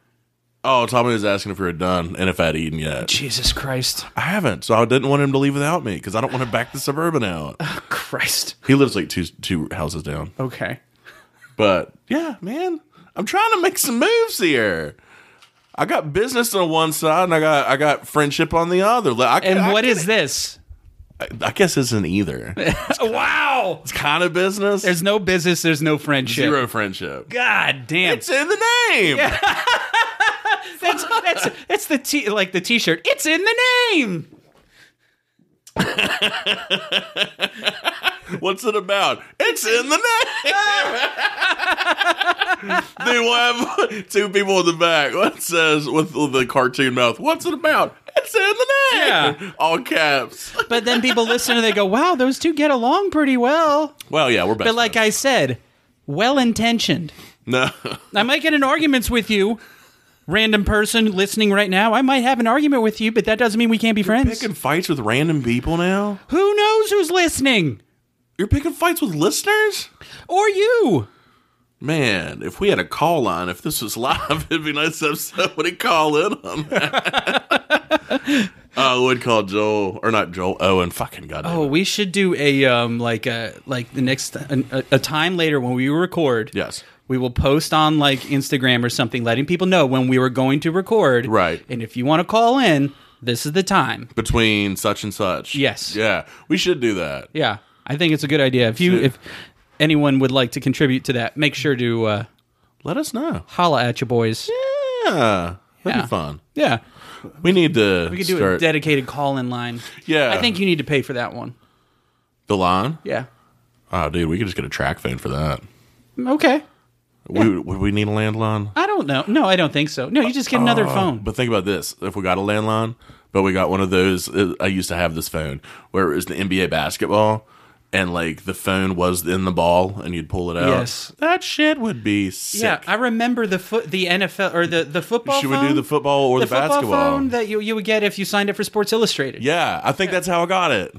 [SPEAKER 2] Oh, Tommy was asking if we were done and if I'd eaten yet.
[SPEAKER 1] Jesus Christ.
[SPEAKER 2] I haven't, so I didn't want him to leave without me because I don't want to back the suburban out.
[SPEAKER 1] Christ.
[SPEAKER 2] He lives like two two houses down.
[SPEAKER 1] Okay.
[SPEAKER 2] But yeah, man, I'm trying to make some moves here. I got business on one side, and I got I got friendship on the other. Like, I,
[SPEAKER 1] And
[SPEAKER 2] I,
[SPEAKER 1] what is this?
[SPEAKER 2] I guess isn't either. It's
[SPEAKER 1] Wow.
[SPEAKER 2] kind of business,
[SPEAKER 1] There's no business. There's no friendship.
[SPEAKER 2] zero friendship.
[SPEAKER 1] God damn.
[SPEAKER 2] It's in the name.
[SPEAKER 1] That's that's that's the t like the t-shirt. It's in the name.
[SPEAKER 2] What's it about? It's in the name. they will have two people in the back. One says with the cartoon mouth, "What's it about?" It's in the name.
[SPEAKER 1] Yeah.
[SPEAKER 2] All caps.
[SPEAKER 1] But then people listen and they go, "Wow, those two get along pretty well."
[SPEAKER 2] Well, yeah, we're best.
[SPEAKER 1] But like I said, well-intentioned.
[SPEAKER 2] no,
[SPEAKER 1] I might get in arguments with you, random person listening right now. I might have an argument with you, but that doesn't mean we can't be friends.
[SPEAKER 2] picking fights with random people now.
[SPEAKER 1] Who knows who's listening?
[SPEAKER 2] You're picking fights with listeners?
[SPEAKER 1] Or you.
[SPEAKER 2] Man, if we had a call line, if this was live, it'd be nice to have somebody call in on that. I would call Joel, or not Joel, Owen, fucking goddamn.
[SPEAKER 1] Oh,
[SPEAKER 2] it.
[SPEAKER 1] we should do a um like a like the next a, a time later when we record.
[SPEAKER 2] Yes.
[SPEAKER 1] We will post on like Instagram or something, letting people know when we were going to record.
[SPEAKER 2] Right.
[SPEAKER 1] And if you want to call in, this is the time.
[SPEAKER 2] Between such and such.
[SPEAKER 1] Yes.
[SPEAKER 2] Yeah, we should do that.
[SPEAKER 1] Yeah, I think it's a good idea. If you
[SPEAKER 2] Sure.
[SPEAKER 1] if anyone would like to contribute to that, make sure to uh,
[SPEAKER 2] Let us know.
[SPEAKER 1] holla at you boys.
[SPEAKER 2] Yeah. That'd
[SPEAKER 1] Yeah.
[SPEAKER 2] be fun.
[SPEAKER 1] Yeah,
[SPEAKER 2] We need to
[SPEAKER 1] we could do
[SPEAKER 2] start
[SPEAKER 1] a dedicated call in line.
[SPEAKER 2] Yeah.
[SPEAKER 1] I think you need to pay for that one.
[SPEAKER 2] the line.
[SPEAKER 1] Yeah.
[SPEAKER 2] Oh, dude, we could just get a track phone for that.
[SPEAKER 1] Mm, Okay.
[SPEAKER 2] We, would we need a landline?
[SPEAKER 1] I don't know. No, I don't think so. No, you just get another phone.
[SPEAKER 2] But think about this: if we got a landline, but we got one of those, uh, I used to have this phone where it was the NBA basketball, and like the phone was in the ball, and you'd pull it out.
[SPEAKER 1] Yes.
[SPEAKER 2] that shit would be sick.
[SPEAKER 1] Yeah, I remember the foot, the NFL or the the football.
[SPEAKER 2] Should we
[SPEAKER 1] phone?
[SPEAKER 2] do the football or the,
[SPEAKER 1] football
[SPEAKER 2] basketball?
[SPEAKER 1] phone that you you would get if you signed up for Sports Illustrated?
[SPEAKER 2] yeah, I think that's how I got it.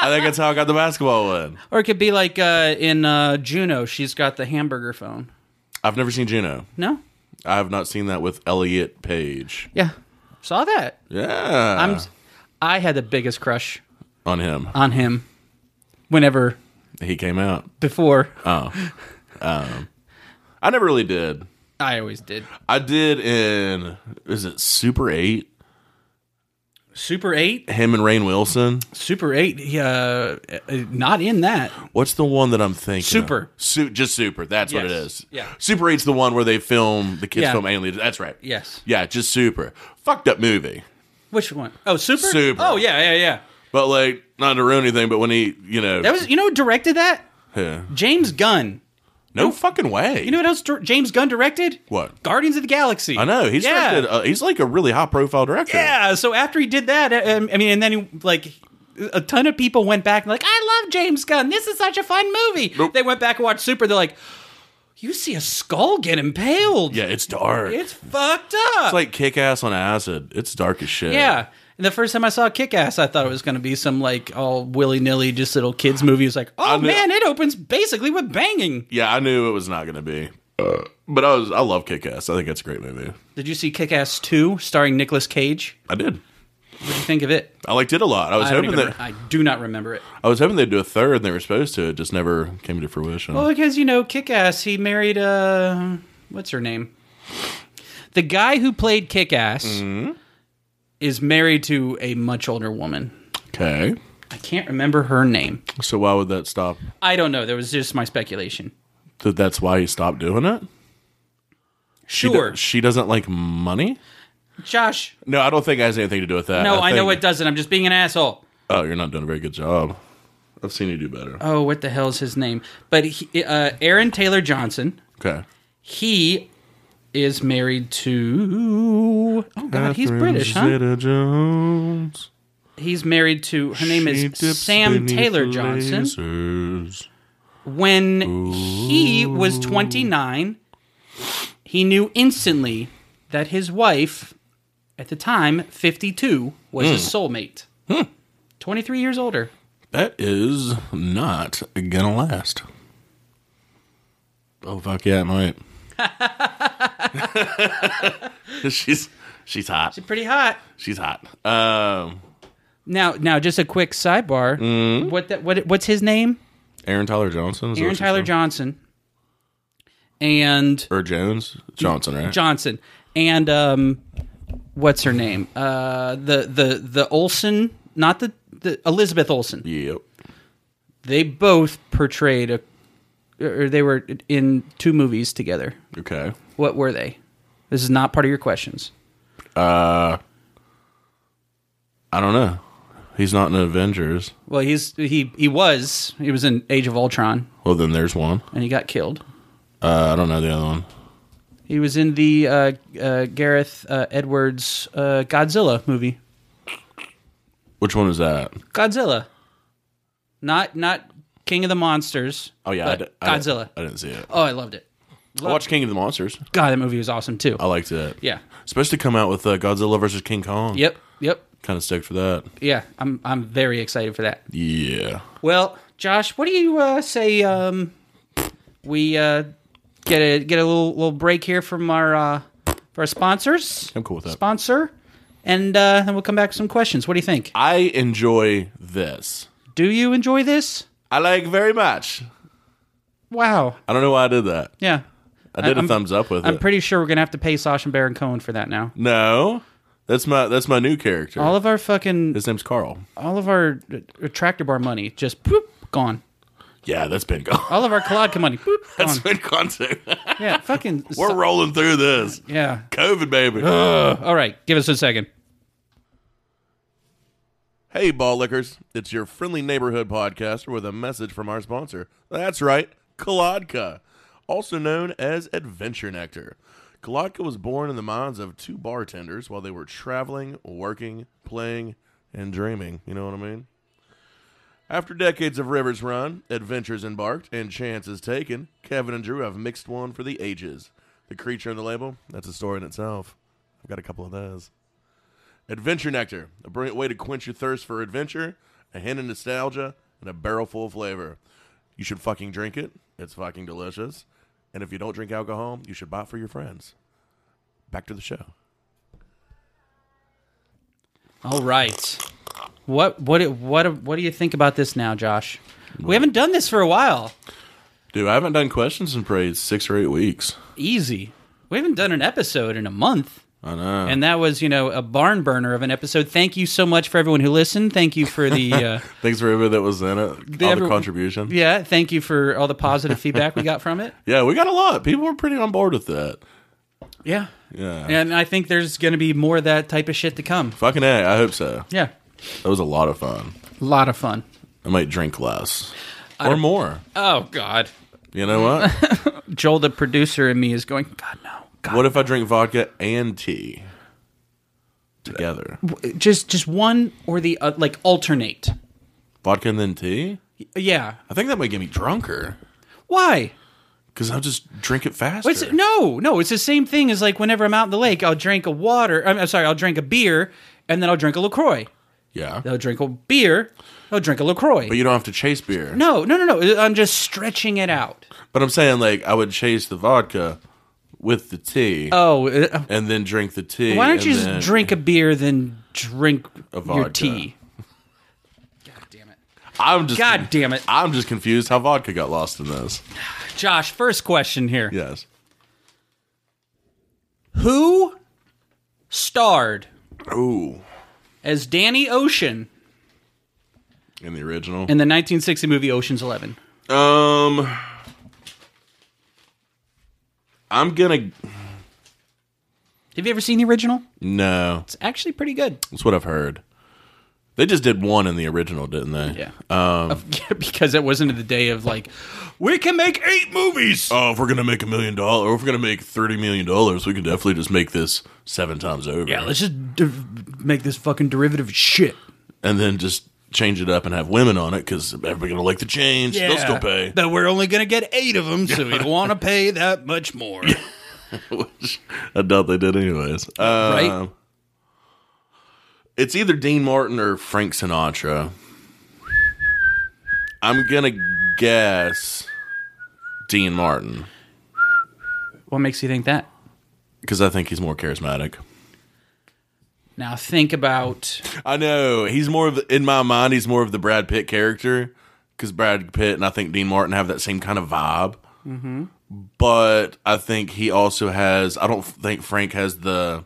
[SPEAKER 2] I think that's how I got the basketball one.
[SPEAKER 1] Or it could be like uh, in uh, Juno, she's got the hamburger phone.
[SPEAKER 2] I've never seen Juno.
[SPEAKER 1] No.
[SPEAKER 2] I have not seen that with Elliot Page.
[SPEAKER 1] Yeah. Saw that.
[SPEAKER 2] Yeah,
[SPEAKER 1] I'm. I had the biggest crush
[SPEAKER 2] on him.
[SPEAKER 1] on him. Whenever
[SPEAKER 2] He came out.
[SPEAKER 1] before,
[SPEAKER 2] Uh. I never really did.
[SPEAKER 1] I always did.
[SPEAKER 2] I did in is it Super Eight?
[SPEAKER 1] Super Eight.
[SPEAKER 2] Him and Rain Wilson.
[SPEAKER 1] Super Eight. Yeah. uh, Not in that.
[SPEAKER 2] What's the one that I'm thinking?
[SPEAKER 1] Super.
[SPEAKER 2] of? Su- just Super. That's what it
[SPEAKER 1] Yes.
[SPEAKER 2] is.
[SPEAKER 1] Yeah.
[SPEAKER 2] Super 8's the one where they film the kids
[SPEAKER 1] Yeah.
[SPEAKER 2] film Alien. Leaders. That's right.
[SPEAKER 1] Yes.
[SPEAKER 2] Yeah, just Super. Fucked up movie.
[SPEAKER 1] Which one? Oh, Super.
[SPEAKER 2] Super.
[SPEAKER 1] Oh yeah, yeah, yeah.
[SPEAKER 2] But like, not to ruin anything, but when he, you know,
[SPEAKER 1] That was you know who directed that
[SPEAKER 2] Yeah.
[SPEAKER 1] James Gunn.
[SPEAKER 2] no fucking way.
[SPEAKER 1] You know what else dir- James Gunn directed?
[SPEAKER 2] What?
[SPEAKER 1] Guardians of the Galaxy.
[SPEAKER 2] I know he's
[SPEAKER 1] yeah.
[SPEAKER 2] directed, uh, he's like a really high profile director.
[SPEAKER 1] yeah. So after he did that, I, I mean, and then he, like a ton of people went back and like, I love James Gunn. This is such a fun movie.
[SPEAKER 2] Nope.
[SPEAKER 1] They went back and watched Super. They're like, you see a skull get impaled.
[SPEAKER 2] Yeah, it's dark.
[SPEAKER 1] It's
[SPEAKER 2] It's
[SPEAKER 1] fucked up.
[SPEAKER 2] like kick ass on acid. It's dark as shit.
[SPEAKER 1] yeah. And the first time I saw Kick Ass, I thought it was going to be some like all willy nilly, just little kids movie. It's like, oh
[SPEAKER 2] knew-
[SPEAKER 1] man, it opens basically with banging.
[SPEAKER 2] Yeah, I knew it was not going to be. Uh, but I was I love Kick Ass. I think it's a great movie.
[SPEAKER 1] Did you see Kick Ass 2 starring Nicolas Cage?
[SPEAKER 2] I did.
[SPEAKER 1] What do you think of it?
[SPEAKER 2] I liked it a lot. I was
[SPEAKER 1] I, don't
[SPEAKER 2] hoping
[SPEAKER 1] even,
[SPEAKER 2] that
[SPEAKER 1] re- I do not remember it.
[SPEAKER 2] I was hoping they'd do a third, and they were supposed to. It just never came to fruition.
[SPEAKER 1] Well, Oh, because you know, Kick Ass, he married uh what's her name? The guy who played Kick Ass
[SPEAKER 2] Mm-hmm.
[SPEAKER 1] is married to a much older woman.
[SPEAKER 2] Okay,
[SPEAKER 1] I can't remember her name.
[SPEAKER 2] so why would that stop?
[SPEAKER 1] I don't know. That was just my speculation.
[SPEAKER 2] That that's why he stopped doing it. She do-
[SPEAKER 1] Sure.
[SPEAKER 2] she doesn't like money.
[SPEAKER 1] Josh.
[SPEAKER 2] No, I don't think it has anything to do with that.
[SPEAKER 1] No, I, know it
[SPEAKER 2] think-
[SPEAKER 1] doesn't. I'm just being an asshole.
[SPEAKER 2] Oh, you're not doing a very good job. I've seen you do better.
[SPEAKER 1] Oh, what the hell's his name? But he, uh, Aaron Taylor Johnson,
[SPEAKER 2] Okay,
[SPEAKER 1] he is married to. Oh God, he's
[SPEAKER 2] Catherine
[SPEAKER 1] British, huh?
[SPEAKER 2] Zeta-Jones.
[SPEAKER 1] He's married to. Her name
[SPEAKER 2] She
[SPEAKER 1] is
[SPEAKER 2] dips
[SPEAKER 1] Sam
[SPEAKER 2] beneath
[SPEAKER 1] Taylor
[SPEAKER 2] the
[SPEAKER 1] Johnson.
[SPEAKER 2] lasers.
[SPEAKER 1] When he was 29, he knew instantly that his wife, at the time 52, was his
[SPEAKER 2] Hmm.
[SPEAKER 1] soulmate. 23 years older.
[SPEAKER 2] That is not gonna last. Oh fuck yeah, it might. 'Cause she's she's hot.
[SPEAKER 1] Pretty hot.
[SPEAKER 2] She's hot. Um,
[SPEAKER 1] Now, now, just a quick sidebar.
[SPEAKER 2] Mm-hmm.
[SPEAKER 1] What that? What? What's his name?
[SPEAKER 2] Aaron Tyler Johnson. Is that
[SPEAKER 1] Aaron
[SPEAKER 2] what you
[SPEAKER 1] Tyler
[SPEAKER 2] said?
[SPEAKER 1] Johnson. And
[SPEAKER 2] or Jones Johnson, right?
[SPEAKER 1] Johnson and um, what's her name? Uh, the the the Olsen, not the, the Elizabeth Olsen.
[SPEAKER 2] yep.
[SPEAKER 1] They both portrayed a, or they were in two movies together.
[SPEAKER 2] Okay.
[SPEAKER 1] What were they? This is not part of your questions.
[SPEAKER 2] Uh, I don't know. He's not in Avengers.
[SPEAKER 1] Well, he's he he was he was in Age of Ultron
[SPEAKER 2] Well, then there's one.
[SPEAKER 1] and he got killed.
[SPEAKER 2] Uh, I don't know the other one.
[SPEAKER 1] He was in the uh, uh, Gareth uh, Edwards uh, Godzilla movie.
[SPEAKER 2] Which one is that?
[SPEAKER 1] Godzilla, not not King of the Monsters.
[SPEAKER 2] Oh yeah, I
[SPEAKER 1] but
[SPEAKER 2] di- I di-
[SPEAKER 1] Godzilla.
[SPEAKER 2] I didn't see it.
[SPEAKER 1] Oh, I loved it.
[SPEAKER 2] I watched King of the Monsters.
[SPEAKER 1] God, that movie was awesome too.
[SPEAKER 2] I liked it.
[SPEAKER 1] Yeah.
[SPEAKER 2] Especially come out with uh, Godzilla versus King Kong.
[SPEAKER 1] Yep. Yep.
[SPEAKER 2] Kind of stoked for that.
[SPEAKER 1] Yeah. I'm I'm very excited for that.
[SPEAKER 2] Yeah.
[SPEAKER 1] Well, Josh, what do you uh, say? Um, we uh, get a get a little little break here from our uh, for our sponsors.
[SPEAKER 2] I'm cool with that.
[SPEAKER 1] Sponsor, and uh, then we'll come back with some questions. What do you think?
[SPEAKER 2] I enjoy this.
[SPEAKER 1] Do you enjoy this?
[SPEAKER 2] I like very much.
[SPEAKER 1] Wow.
[SPEAKER 2] I don't know why I did that.
[SPEAKER 1] Yeah.
[SPEAKER 2] I did a
[SPEAKER 1] I'm-
[SPEAKER 2] thumbs up with
[SPEAKER 1] I'm
[SPEAKER 2] it.
[SPEAKER 1] pretty sure we're gonna have to pay Sacha and Baron Cohen for that now.
[SPEAKER 2] no. That's my that's my new character.
[SPEAKER 1] All of our fucking,
[SPEAKER 2] His name's Carl.
[SPEAKER 1] all of our uh, tractor bar money just boop, gone.
[SPEAKER 2] Yeah, that's been gone.
[SPEAKER 1] All of our Kalodka money boop, gone.
[SPEAKER 2] That's been gone too.
[SPEAKER 1] Yeah, fucking.
[SPEAKER 2] We're rolling through this.
[SPEAKER 1] yeah.
[SPEAKER 2] COVID baby.
[SPEAKER 1] All right, give us a second.
[SPEAKER 2] Hey, ball lickers. It's your friendly neighborhood podcaster with a message from our sponsor. That's right, Kalodka, also known as Adventure Nectar. Kalodka was born in the minds of two bartenders while they were traveling, working, playing, and dreaming. You know what I mean? After decades of rivers run, adventures embarked, and chances taken, Kevin and Drew have mixed one for the ages. The creature in the label, that's a story in itself. I've got a couple of those. Adventure Nectar, a brilliant way to quench your thirst for adventure, a hint of nostalgia, and a barrel full of flavor. You should fucking drink it. It's fucking delicious. And if you don't drink alcohol, you should buy it for your friends. Back to the show.
[SPEAKER 1] All right. What what what what do you think about this now, Josh? We haven't done this for a while.
[SPEAKER 2] Dude, I haven't done questions in probably six or eight weeks.
[SPEAKER 1] Easy. We haven't done an episode in a month.
[SPEAKER 2] I know.
[SPEAKER 1] And that was, you know, a barn burner of an episode. Thank you so much for everyone who listened. Thank you for the uh,
[SPEAKER 2] Thanks for everybody that was in it. all
[SPEAKER 1] everyone-
[SPEAKER 2] the contribution. Yeah.
[SPEAKER 1] yeah, thank you for all the positive feedback we got from it.
[SPEAKER 2] we got a lot. People were pretty on board with that.
[SPEAKER 1] Yeah.
[SPEAKER 2] Yeah.
[SPEAKER 1] And I think there's going to be more of that type of shit to come.
[SPEAKER 2] Fucking A, I hope so.
[SPEAKER 1] Yeah.
[SPEAKER 2] That was a lot of fun.
[SPEAKER 1] A lot of fun.
[SPEAKER 2] I might drink less. Or more.
[SPEAKER 1] Oh god.
[SPEAKER 2] You know what?
[SPEAKER 1] Joel, the producer, and me is going. God no. God,
[SPEAKER 2] What if I drink vodka and tea together?
[SPEAKER 1] just just one or the uh, like alternate.
[SPEAKER 2] Vodka and then tea?
[SPEAKER 1] Yeah.
[SPEAKER 2] I think that might get me drunker
[SPEAKER 1] Why?
[SPEAKER 2] because I'll just drink it faster.
[SPEAKER 1] It's, no, no. It's the same thing as like whenever I'm out in the lake, I'll drink a water. I'm, I'm sorry, I'll drink a beer, and then I'll drink a Lacroix.
[SPEAKER 2] yeah.
[SPEAKER 1] I'll drink a beer. I'll drink a Lacroix.
[SPEAKER 2] But you don't have to chase beer.
[SPEAKER 1] no, no, no, no. I'm just stretching it out.
[SPEAKER 2] But I'm saying, like, I would chase the vodka with the tea
[SPEAKER 1] Oh, uh,
[SPEAKER 2] and then drink the tea.
[SPEAKER 1] why don't
[SPEAKER 2] and
[SPEAKER 1] you just
[SPEAKER 2] then-
[SPEAKER 1] drink a beer then drink your
[SPEAKER 2] vodka.
[SPEAKER 1] tea? God damn it,
[SPEAKER 2] I'm just,
[SPEAKER 1] God damn it.
[SPEAKER 2] I'm just confused how vodka got lost in this.
[SPEAKER 1] Josh. First question here.
[SPEAKER 2] Yes.
[SPEAKER 1] Who starred
[SPEAKER 2] Ooh.
[SPEAKER 1] as Danny Ocean
[SPEAKER 2] In the original.
[SPEAKER 1] in the 1960 movie Ocean's Eleven?
[SPEAKER 2] Um, I'm gonna
[SPEAKER 1] Have you ever seen the original?
[SPEAKER 2] no.
[SPEAKER 1] It's actually pretty good.
[SPEAKER 2] That's what I've heard. They just did one in the original, didn't they?
[SPEAKER 1] Yeah. Um, because it wasn't the day of like, we can make eight movies.
[SPEAKER 2] Oh, if we're gonna make a million dollars, or if we're gonna make thirty million dollars, we can definitely just make this seven times over.
[SPEAKER 1] Yeah, let's just de- make this fucking derivative shit.
[SPEAKER 2] and then just change it up and have women on it because everybody's gonna like the change. They'll still pay.
[SPEAKER 1] That we're only gonna get eight of them, so we don't want to pay that much more.
[SPEAKER 2] Which I doubt they did, anyways. Uh,
[SPEAKER 1] Right?
[SPEAKER 2] It's either Dean Martin or Frank Sinatra. I'm gonna guess Dean Martin
[SPEAKER 1] What makes you think that?
[SPEAKER 2] because I think he's more charismatic.
[SPEAKER 1] Now think about
[SPEAKER 2] I know he's more of the, in my mind. He's more of the Brad Pitt character because Brad Pitt and I think Dean Martin have that same kind of vibe. Mm-hmm. But I think he also has. I don't think Frank has the.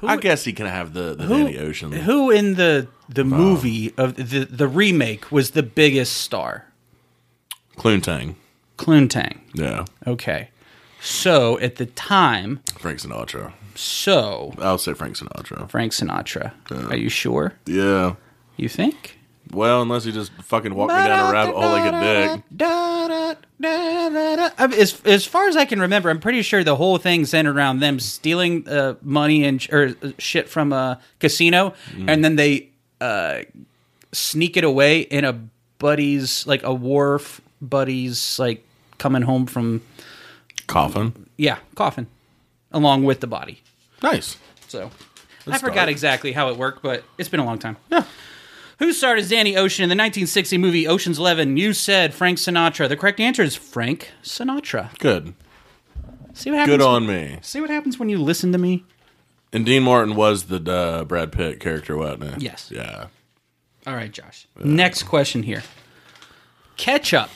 [SPEAKER 2] I guess he can have the the Danny Ocean.
[SPEAKER 1] who in the the movie of the the remake was the biggest star.
[SPEAKER 2] Cloontang.
[SPEAKER 1] Clooney.
[SPEAKER 2] Yeah,
[SPEAKER 1] Okay. So at the time,
[SPEAKER 2] Frank Sinatra.
[SPEAKER 1] so
[SPEAKER 2] I would say Frank Sinatra.
[SPEAKER 1] Frank Sinatra. Are you sure?
[SPEAKER 2] Yeah.
[SPEAKER 1] You think?
[SPEAKER 2] Well, unless he just fucking walked me down a rabbit hole like a dick.
[SPEAKER 1] I mean, As as far as I can remember, I'm pretty sure the whole thing centered around them stealing uh, money and sh- or uh, shit from a casino,
[SPEAKER 2] Mm.
[SPEAKER 1] and then they uh, sneak it away in a buddy's like a wharf buddy's like coming home from
[SPEAKER 2] Coffin.
[SPEAKER 1] yeah coffin, along with the body.
[SPEAKER 2] Nice.
[SPEAKER 1] So I
[SPEAKER 2] Let's
[SPEAKER 1] forgot
[SPEAKER 2] start.
[SPEAKER 1] exactly how it worked, but it's been a long time. Yeah. Who starred as Danny Ocean in the 1960 movie Ocean's Eleven? You said Frank Sinatra. The correct answer is Frank Sinatra.
[SPEAKER 2] Good.
[SPEAKER 1] See what happens.
[SPEAKER 2] Good on me.
[SPEAKER 1] See what happens when you listen to me.
[SPEAKER 2] And Dean Martin was the uh, Brad Pitt character, wasn't he?
[SPEAKER 1] Yes.
[SPEAKER 2] Yeah.
[SPEAKER 1] All right, Josh. Next question here. Ketchup.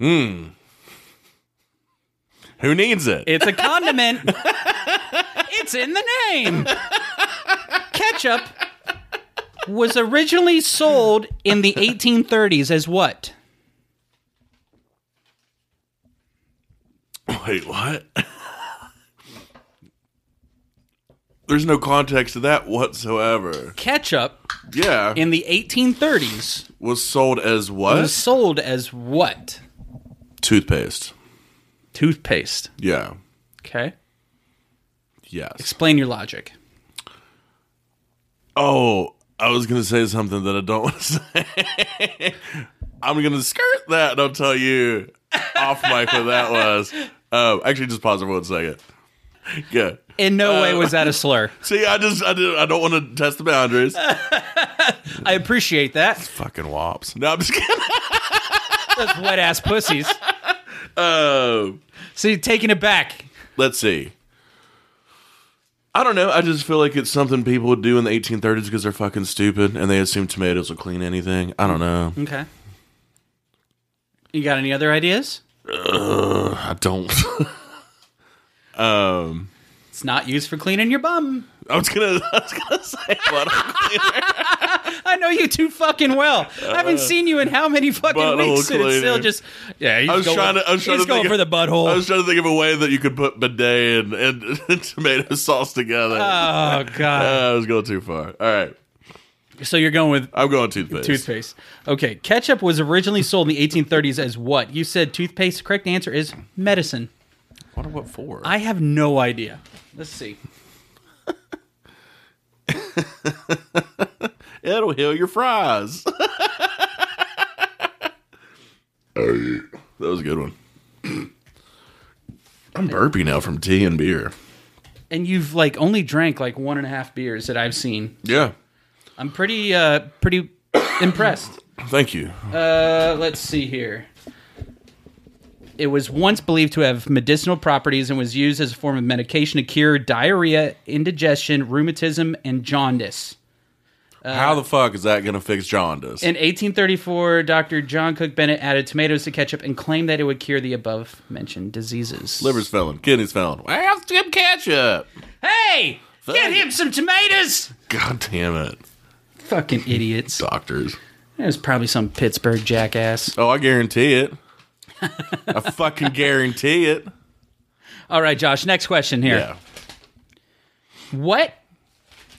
[SPEAKER 2] Who needs it?
[SPEAKER 1] It's a condiment. it's in the name. Ketchup was originally sold in the 1830s as what?
[SPEAKER 2] Wait, what? There's no context to that whatsoever.
[SPEAKER 1] Ketchup
[SPEAKER 2] Yeah.
[SPEAKER 1] in the 1830s
[SPEAKER 2] was sold as what?
[SPEAKER 1] was sold as what?
[SPEAKER 2] Toothpaste.
[SPEAKER 1] Toothpaste.
[SPEAKER 2] Yeah.
[SPEAKER 1] Okay.
[SPEAKER 2] Yes.
[SPEAKER 1] Explain your logic.
[SPEAKER 2] Oh, I was going to say something that I don't want to say. I'm going to skirt that and I'll tell you off mic what that was. Um, actually, just pause it for one second. Yeah.
[SPEAKER 1] In no way was
[SPEAKER 2] Uh.
[SPEAKER 1] that a slur.
[SPEAKER 2] See, I just, I, did, I don't want to test the boundaries.
[SPEAKER 1] I appreciate that.
[SPEAKER 2] Fucking wops. No, I'm just kidding.
[SPEAKER 1] Those wet ass pussies.
[SPEAKER 2] Um,
[SPEAKER 1] See, taking it back.
[SPEAKER 2] let's see. I don't know. I just feel like it's something people would do in the 1830s because they're fucking stupid and they assume tomatoes will clean anything. I don't know.
[SPEAKER 1] Okay. You got any other ideas?
[SPEAKER 2] I don't.
[SPEAKER 1] It's not used for cleaning your bum.
[SPEAKER 2] I was gonna. I was gonna say. But
[SPEAKER 1] I know you too fucking well. I haven't seen you in how many fucking
[SPEAKER 2] Uh. butthole
[SPEAKER 1] weeks, and it's still
[SPEAKER 2] cleaning.
[SPEAKER 1] just yeah. He's
[SPEAKER 2] I was
[SPEAKER 1] going,
[SPEAKER 2] trying to. I was trying
[SPEAKER 1] he's
[SPEAKER 2] to
[SPEAKER 1] going
[SPEAKER 2] think
[SPEAKER 1] for the
[SPEAKER 2] of,
[SPEAKER 1] butthole.
[SPEAKER 2] I was trying to think of a way that you could put bidet and, and, tomato sauce together.
[SPEAKER 1] oh god.
[SPEAKER 2] Uh, I was going too far. All right,
[SPEAKER 1] So you're going with
[SPEAKER 2] I'm going toothpaste.
[SPEAKER 1] Toothpaste. Okay, ketchup was originally sold in the 1830s as what? You said toothpaste. The correct answer is medicine.
[SPEAKER 2] Wonder what for?
[SPEAKER 1] I have no idea. Let's see.
[SPEAKER 2] It'll heal your fries. that Oh, was a good one. I'm burpy now from tea and beer.
[SPEAKER 1] And you've like only drank like one and a half beers that I've seen.
[SPEAKER 2] Yeah.
[SPEAKER 1] I'm pretty uh pretty impressed.
[SPEAKER 2] Thank you.
[SPEAKER 1] Uh, let's see here. It was once believed to have medicinal properties and was used as a form of medication to cure diarrhea, indigestion, rheumatism, and jaundice.
[SPEAKER 2] How the fuck is that going to fix jaundice?
[SPEAKER 1] In 1834, Dr. John Cook Bennett added tomatoes to ketchup and claimed that it would cure the above mentioned diseases.
[SPEAKER 2] Liver's failing. Kidney's failing. Where's Jim Ketchup?
[SPEAKER 1] Hey! Get
[SPEAKER 2] Fuck.
[SPEAKER 1] him some tomatoes!
[SPEAKER 2] God damn it.
[SPEAKER 1] Fucking idiots.
[SPEAKER 2] Doctors.
[SPEAKER 1] There's probably some Pittsburgh jackass.
[SPEAKER 2] Oh, I guarantee it. I fucking guarantee it.
[SPEAKER 1] All right, Josh, next question here.
[SPEAKER 2] Yeah.
[SPEAKER 1] What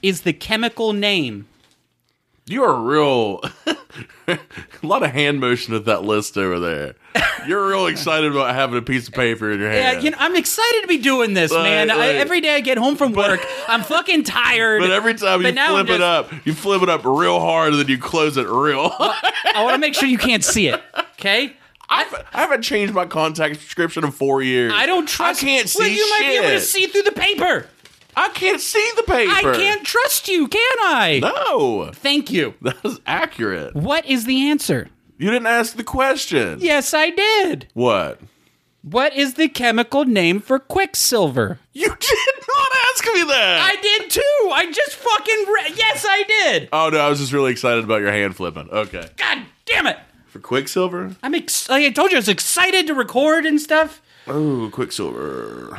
[SPEAKER 1] is the chemical name
[SPEAKER 2] You're a real a lot of hand motion with that list over there. You're real excited about having a piece of paper in your hand.
[SPEAKER 1] Yeah, Uh, you know, I'm excited to be doing this,
[SPEAKER 2] But,
[SPEAKER 1] man. I,
[SPEAKER 2] like-
[SPEAKER 1] every day I get home from work, I'm fucking tired.
[SPEAKER 2] but every time
[SPEAKER 1] But
[SPEAKER 2] you
[SPEAKER 1] now
[SPEAKER 2] flip
[SPEAKER 1] I'm
[SPEAKER 2] it up, you flip it up real hard, and then you close it real.
[SPEAKER 1] I want to make sure you can't see it. Okay.
[SPEAKER 2] I've, I haven't changed my contact subscription in four years.
[SPEAKER 1] I don't trust.
[SPEAKER 2] I can't see
[SPEAKER 1] Well, you might be able to
[SPEAKER 2] shit.
[SPEAKER 1] see through the paper.
[SPEAKER 2] I can't see the paper.
[SPEAKER 1] I can't trust you, can I?
[SPEAKER 2] No,
[SPEAKER 1] Thank you.
[SPEAKER 2] that was accurate.
[SPEAKER 1] What is the answer?
[SPEAKER 2] You didn't ask the question.
[SPEAKER 1] Yes, I did.
[SPEAKER 2] What?
[SPEAKER 1] What is the chemical name for quicksilver?
[SPEAKER 2] You did not ask me that.
[SPEAKER 1] I did too. I just fucking re- yes, I did.
[SPEAKER 2] oh no, I was just really excited about your hand flipping. Okay,
[SPEAKER 1] God damn it!
[SPEAKER 2] for Quicksilver.
[SPEAKER 1] I'm ex- like I told you, I was excited to record and stuff.
[SPEAKER 2] Oh, Quicksilver.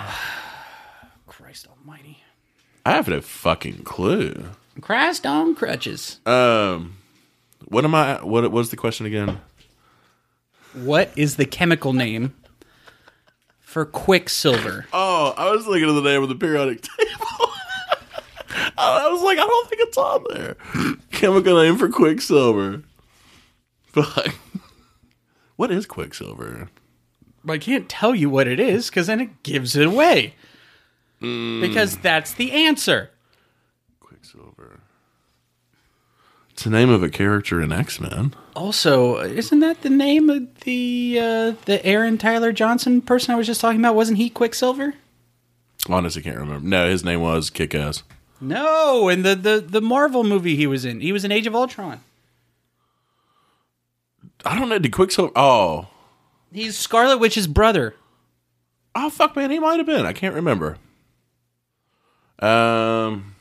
[SPEAKER 1] Christ Almighty!
[SPEAKER 2] I have no fucking clue.
[SPEAKER 1] Christ on crutches.
[SPEAKER 2] Um, what am I? What was the question again?
[SPEAKER 1] What is the chemical name for quicksilver?
[SPEAKER 2] Oh, I was thinking of the name of the periodic table. I was like, I don't think it's on there. Chemical name for Quicksilver. Fuck. What is Quicksilver?
[SPEAKER 1] I can't tell you what it is because then it gives it away. Because that's the answer.
[SPEAKER 2] Quicksilver. It's the name of a character in X Men.
[SPEAKER 1] Also, isn't that the name of the uh, the Aaron Tyler Johnson person I was just talking about? Wasn't he Quicksilver?
[SPEAKER 2] Honestly, can't remember. No, his name was Kick Ass.
[SPEAKER 1] No, in the, the the Marvel movie he was in, he was in Age of Ultron.
[SPEAKER 2] I don't know. Did Quicksilver? Oh,
[SPEAKER 1] He's Scarlet Witch's brother.
[SPEAKER 2] oh fuck, man, he might have been. I can't remember. Um,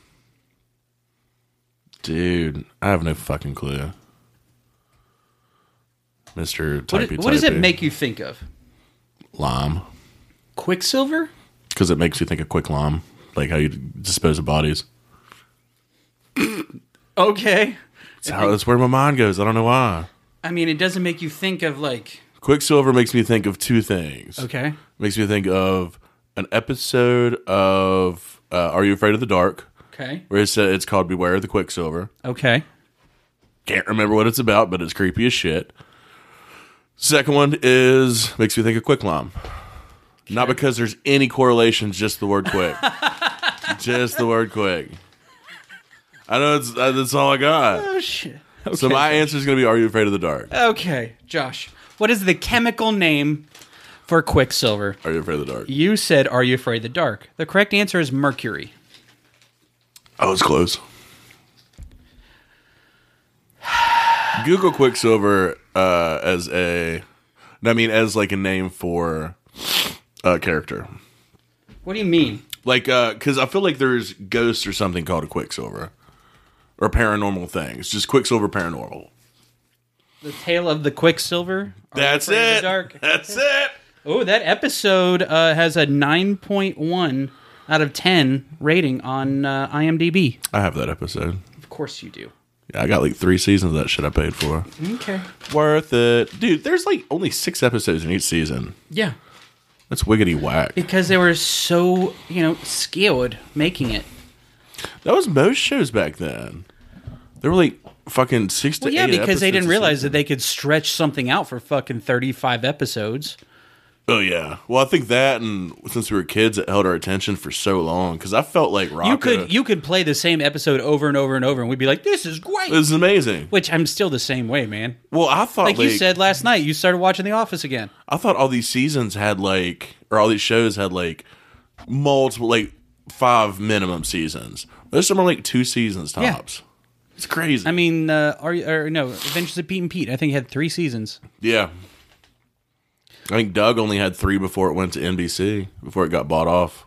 [SPEAKER 2] dude, I have no fucking clue. Mister
[SPEAKER 1] What,
[SPEAKER 2] Typey.
[SPEAKER 1] what does it
[SPEAKER 2] Typey.
[SPEAKER 1] make you think of?
[SPEAKER 2] Lime,
[SPEAKER 1] Quicksilver?
[SPEAKER 2] because it makes you think of quick lime, like how you dispose of bodies.
[SPEAKER 1] Okay.
[SPEAKER 2] That's, how, that's where my mind goes. I don't know why.
[SPEAKER 1] I mean, it doesn't make you think of like
[SPEAKER 2] Quicksilver makes me think of two things.
[SPEAKER 1] okay,
[SPEAKER 2] Makes me think of an episode of uh, Are You Afraid of the Dark,
[SPEAKER 1] okay,
[SPEAKER 2] where it's, uh, it's called Beware of the Quicksilver.
[SPEAKER 1] okay.
[SPEAKER 2] Can't remember what it's about, but it's creepy as shit. Second one is makes me think of quicklime. Not because there's any correlations, just the word quick. just the word quick. I know it's, uh, that's all I got.
[SPEAKER 1] Oh shit. Okay.
[SPEAKER 2] So my answer is going to be Are You Afraid of the Dark?
[SPEAKER 1] okay, Josh. What is the chemical name for Quicksilver?
[SPEAKER 2] Are You Afraid of the Dark?
[SPEAKER 1] You said, "Are you afraid of the dark?" The correct answer is mercury.
[SPEAKER 2] I was close. Google Quicksilver uh, as a, I mean, as like a name for a character.
[SPEAKER 1] What do you mean?
[SPEAKER 2] Like, because I feel like there's ghosts or something called a Quicksilver or paranormal things. Just Quicksilver paranormal.
[SPEAKER 1] The tale of the Quicksilver. Are You
[SPEAKER 2] That's
[SPEAKER 1] Afraid of the
[SPEAKER 2] it.
[SPEAKER 1] dark?
[SPEAKER 2] That's it.
[SPEAKER 1] Oh, that episode uh, has a 9.1 out of 10 rating on uh, IMDb.
[SPEAKER 2] I have that episode.
[SPEAKER 1] Of course you do.
[SPEAKER 2] Yeah, I got like three seasons of that shit I paid for.
[SPEAKER 1] Okay.
[SPEAKER 2] Worth it. Dude, there's like only six episodes in each season.
[SPEAKER 1] Yeah.
[SPEAKER 2] That's wiggity whack.
[SPEAKER 1] Because they were so, you know, skilled making it.
[SPEAKER 2] That was most shows back then. They were like fucking six to
[SPEAKER 1] Well, yeah,
[SPEAKER 2] eight
[SPEAKER 1] because they
[SPEAKER 2] episodes
[SPEAKER 1] didn't
[SPEAKER 2] a
[SPEAKER 1] realize
[SPEAKER 2] season.
[SPEAKER 1] that they could stretch something out for fucking 35 episodes.
[SPEAKER 2] Oh yeah. Well, I think that, and since we were kids, it held our attention for so long because I felt like Rocka.
[SPEAKER 1] You could you could play the same episode over and over and over and we'd be like, "This is great."
[SPEAKER 2] It's amazing.
[SPEAKER 1] Which I'm still the same way, man.
[SPEAKER 2] Well, I thought
[SPEAKER 1] Like, you said last night, you started watching The Office again.
[SPEAKER 2] I thought all these seasons had like, or all these shows had like multiple, like five minimum seasons. There's some are like two seasons
[SPEAKER 1] Yeah.
[SPEAKER 2] tops. It's crazy.
[SPEAKER 1] I mean, uh, are you, or no, Adventures of Pete and Pete. I think had 3 seasons.
[SPEAKER 2] yeah. I think Doug only had three before it went to NBC, before it got bought off.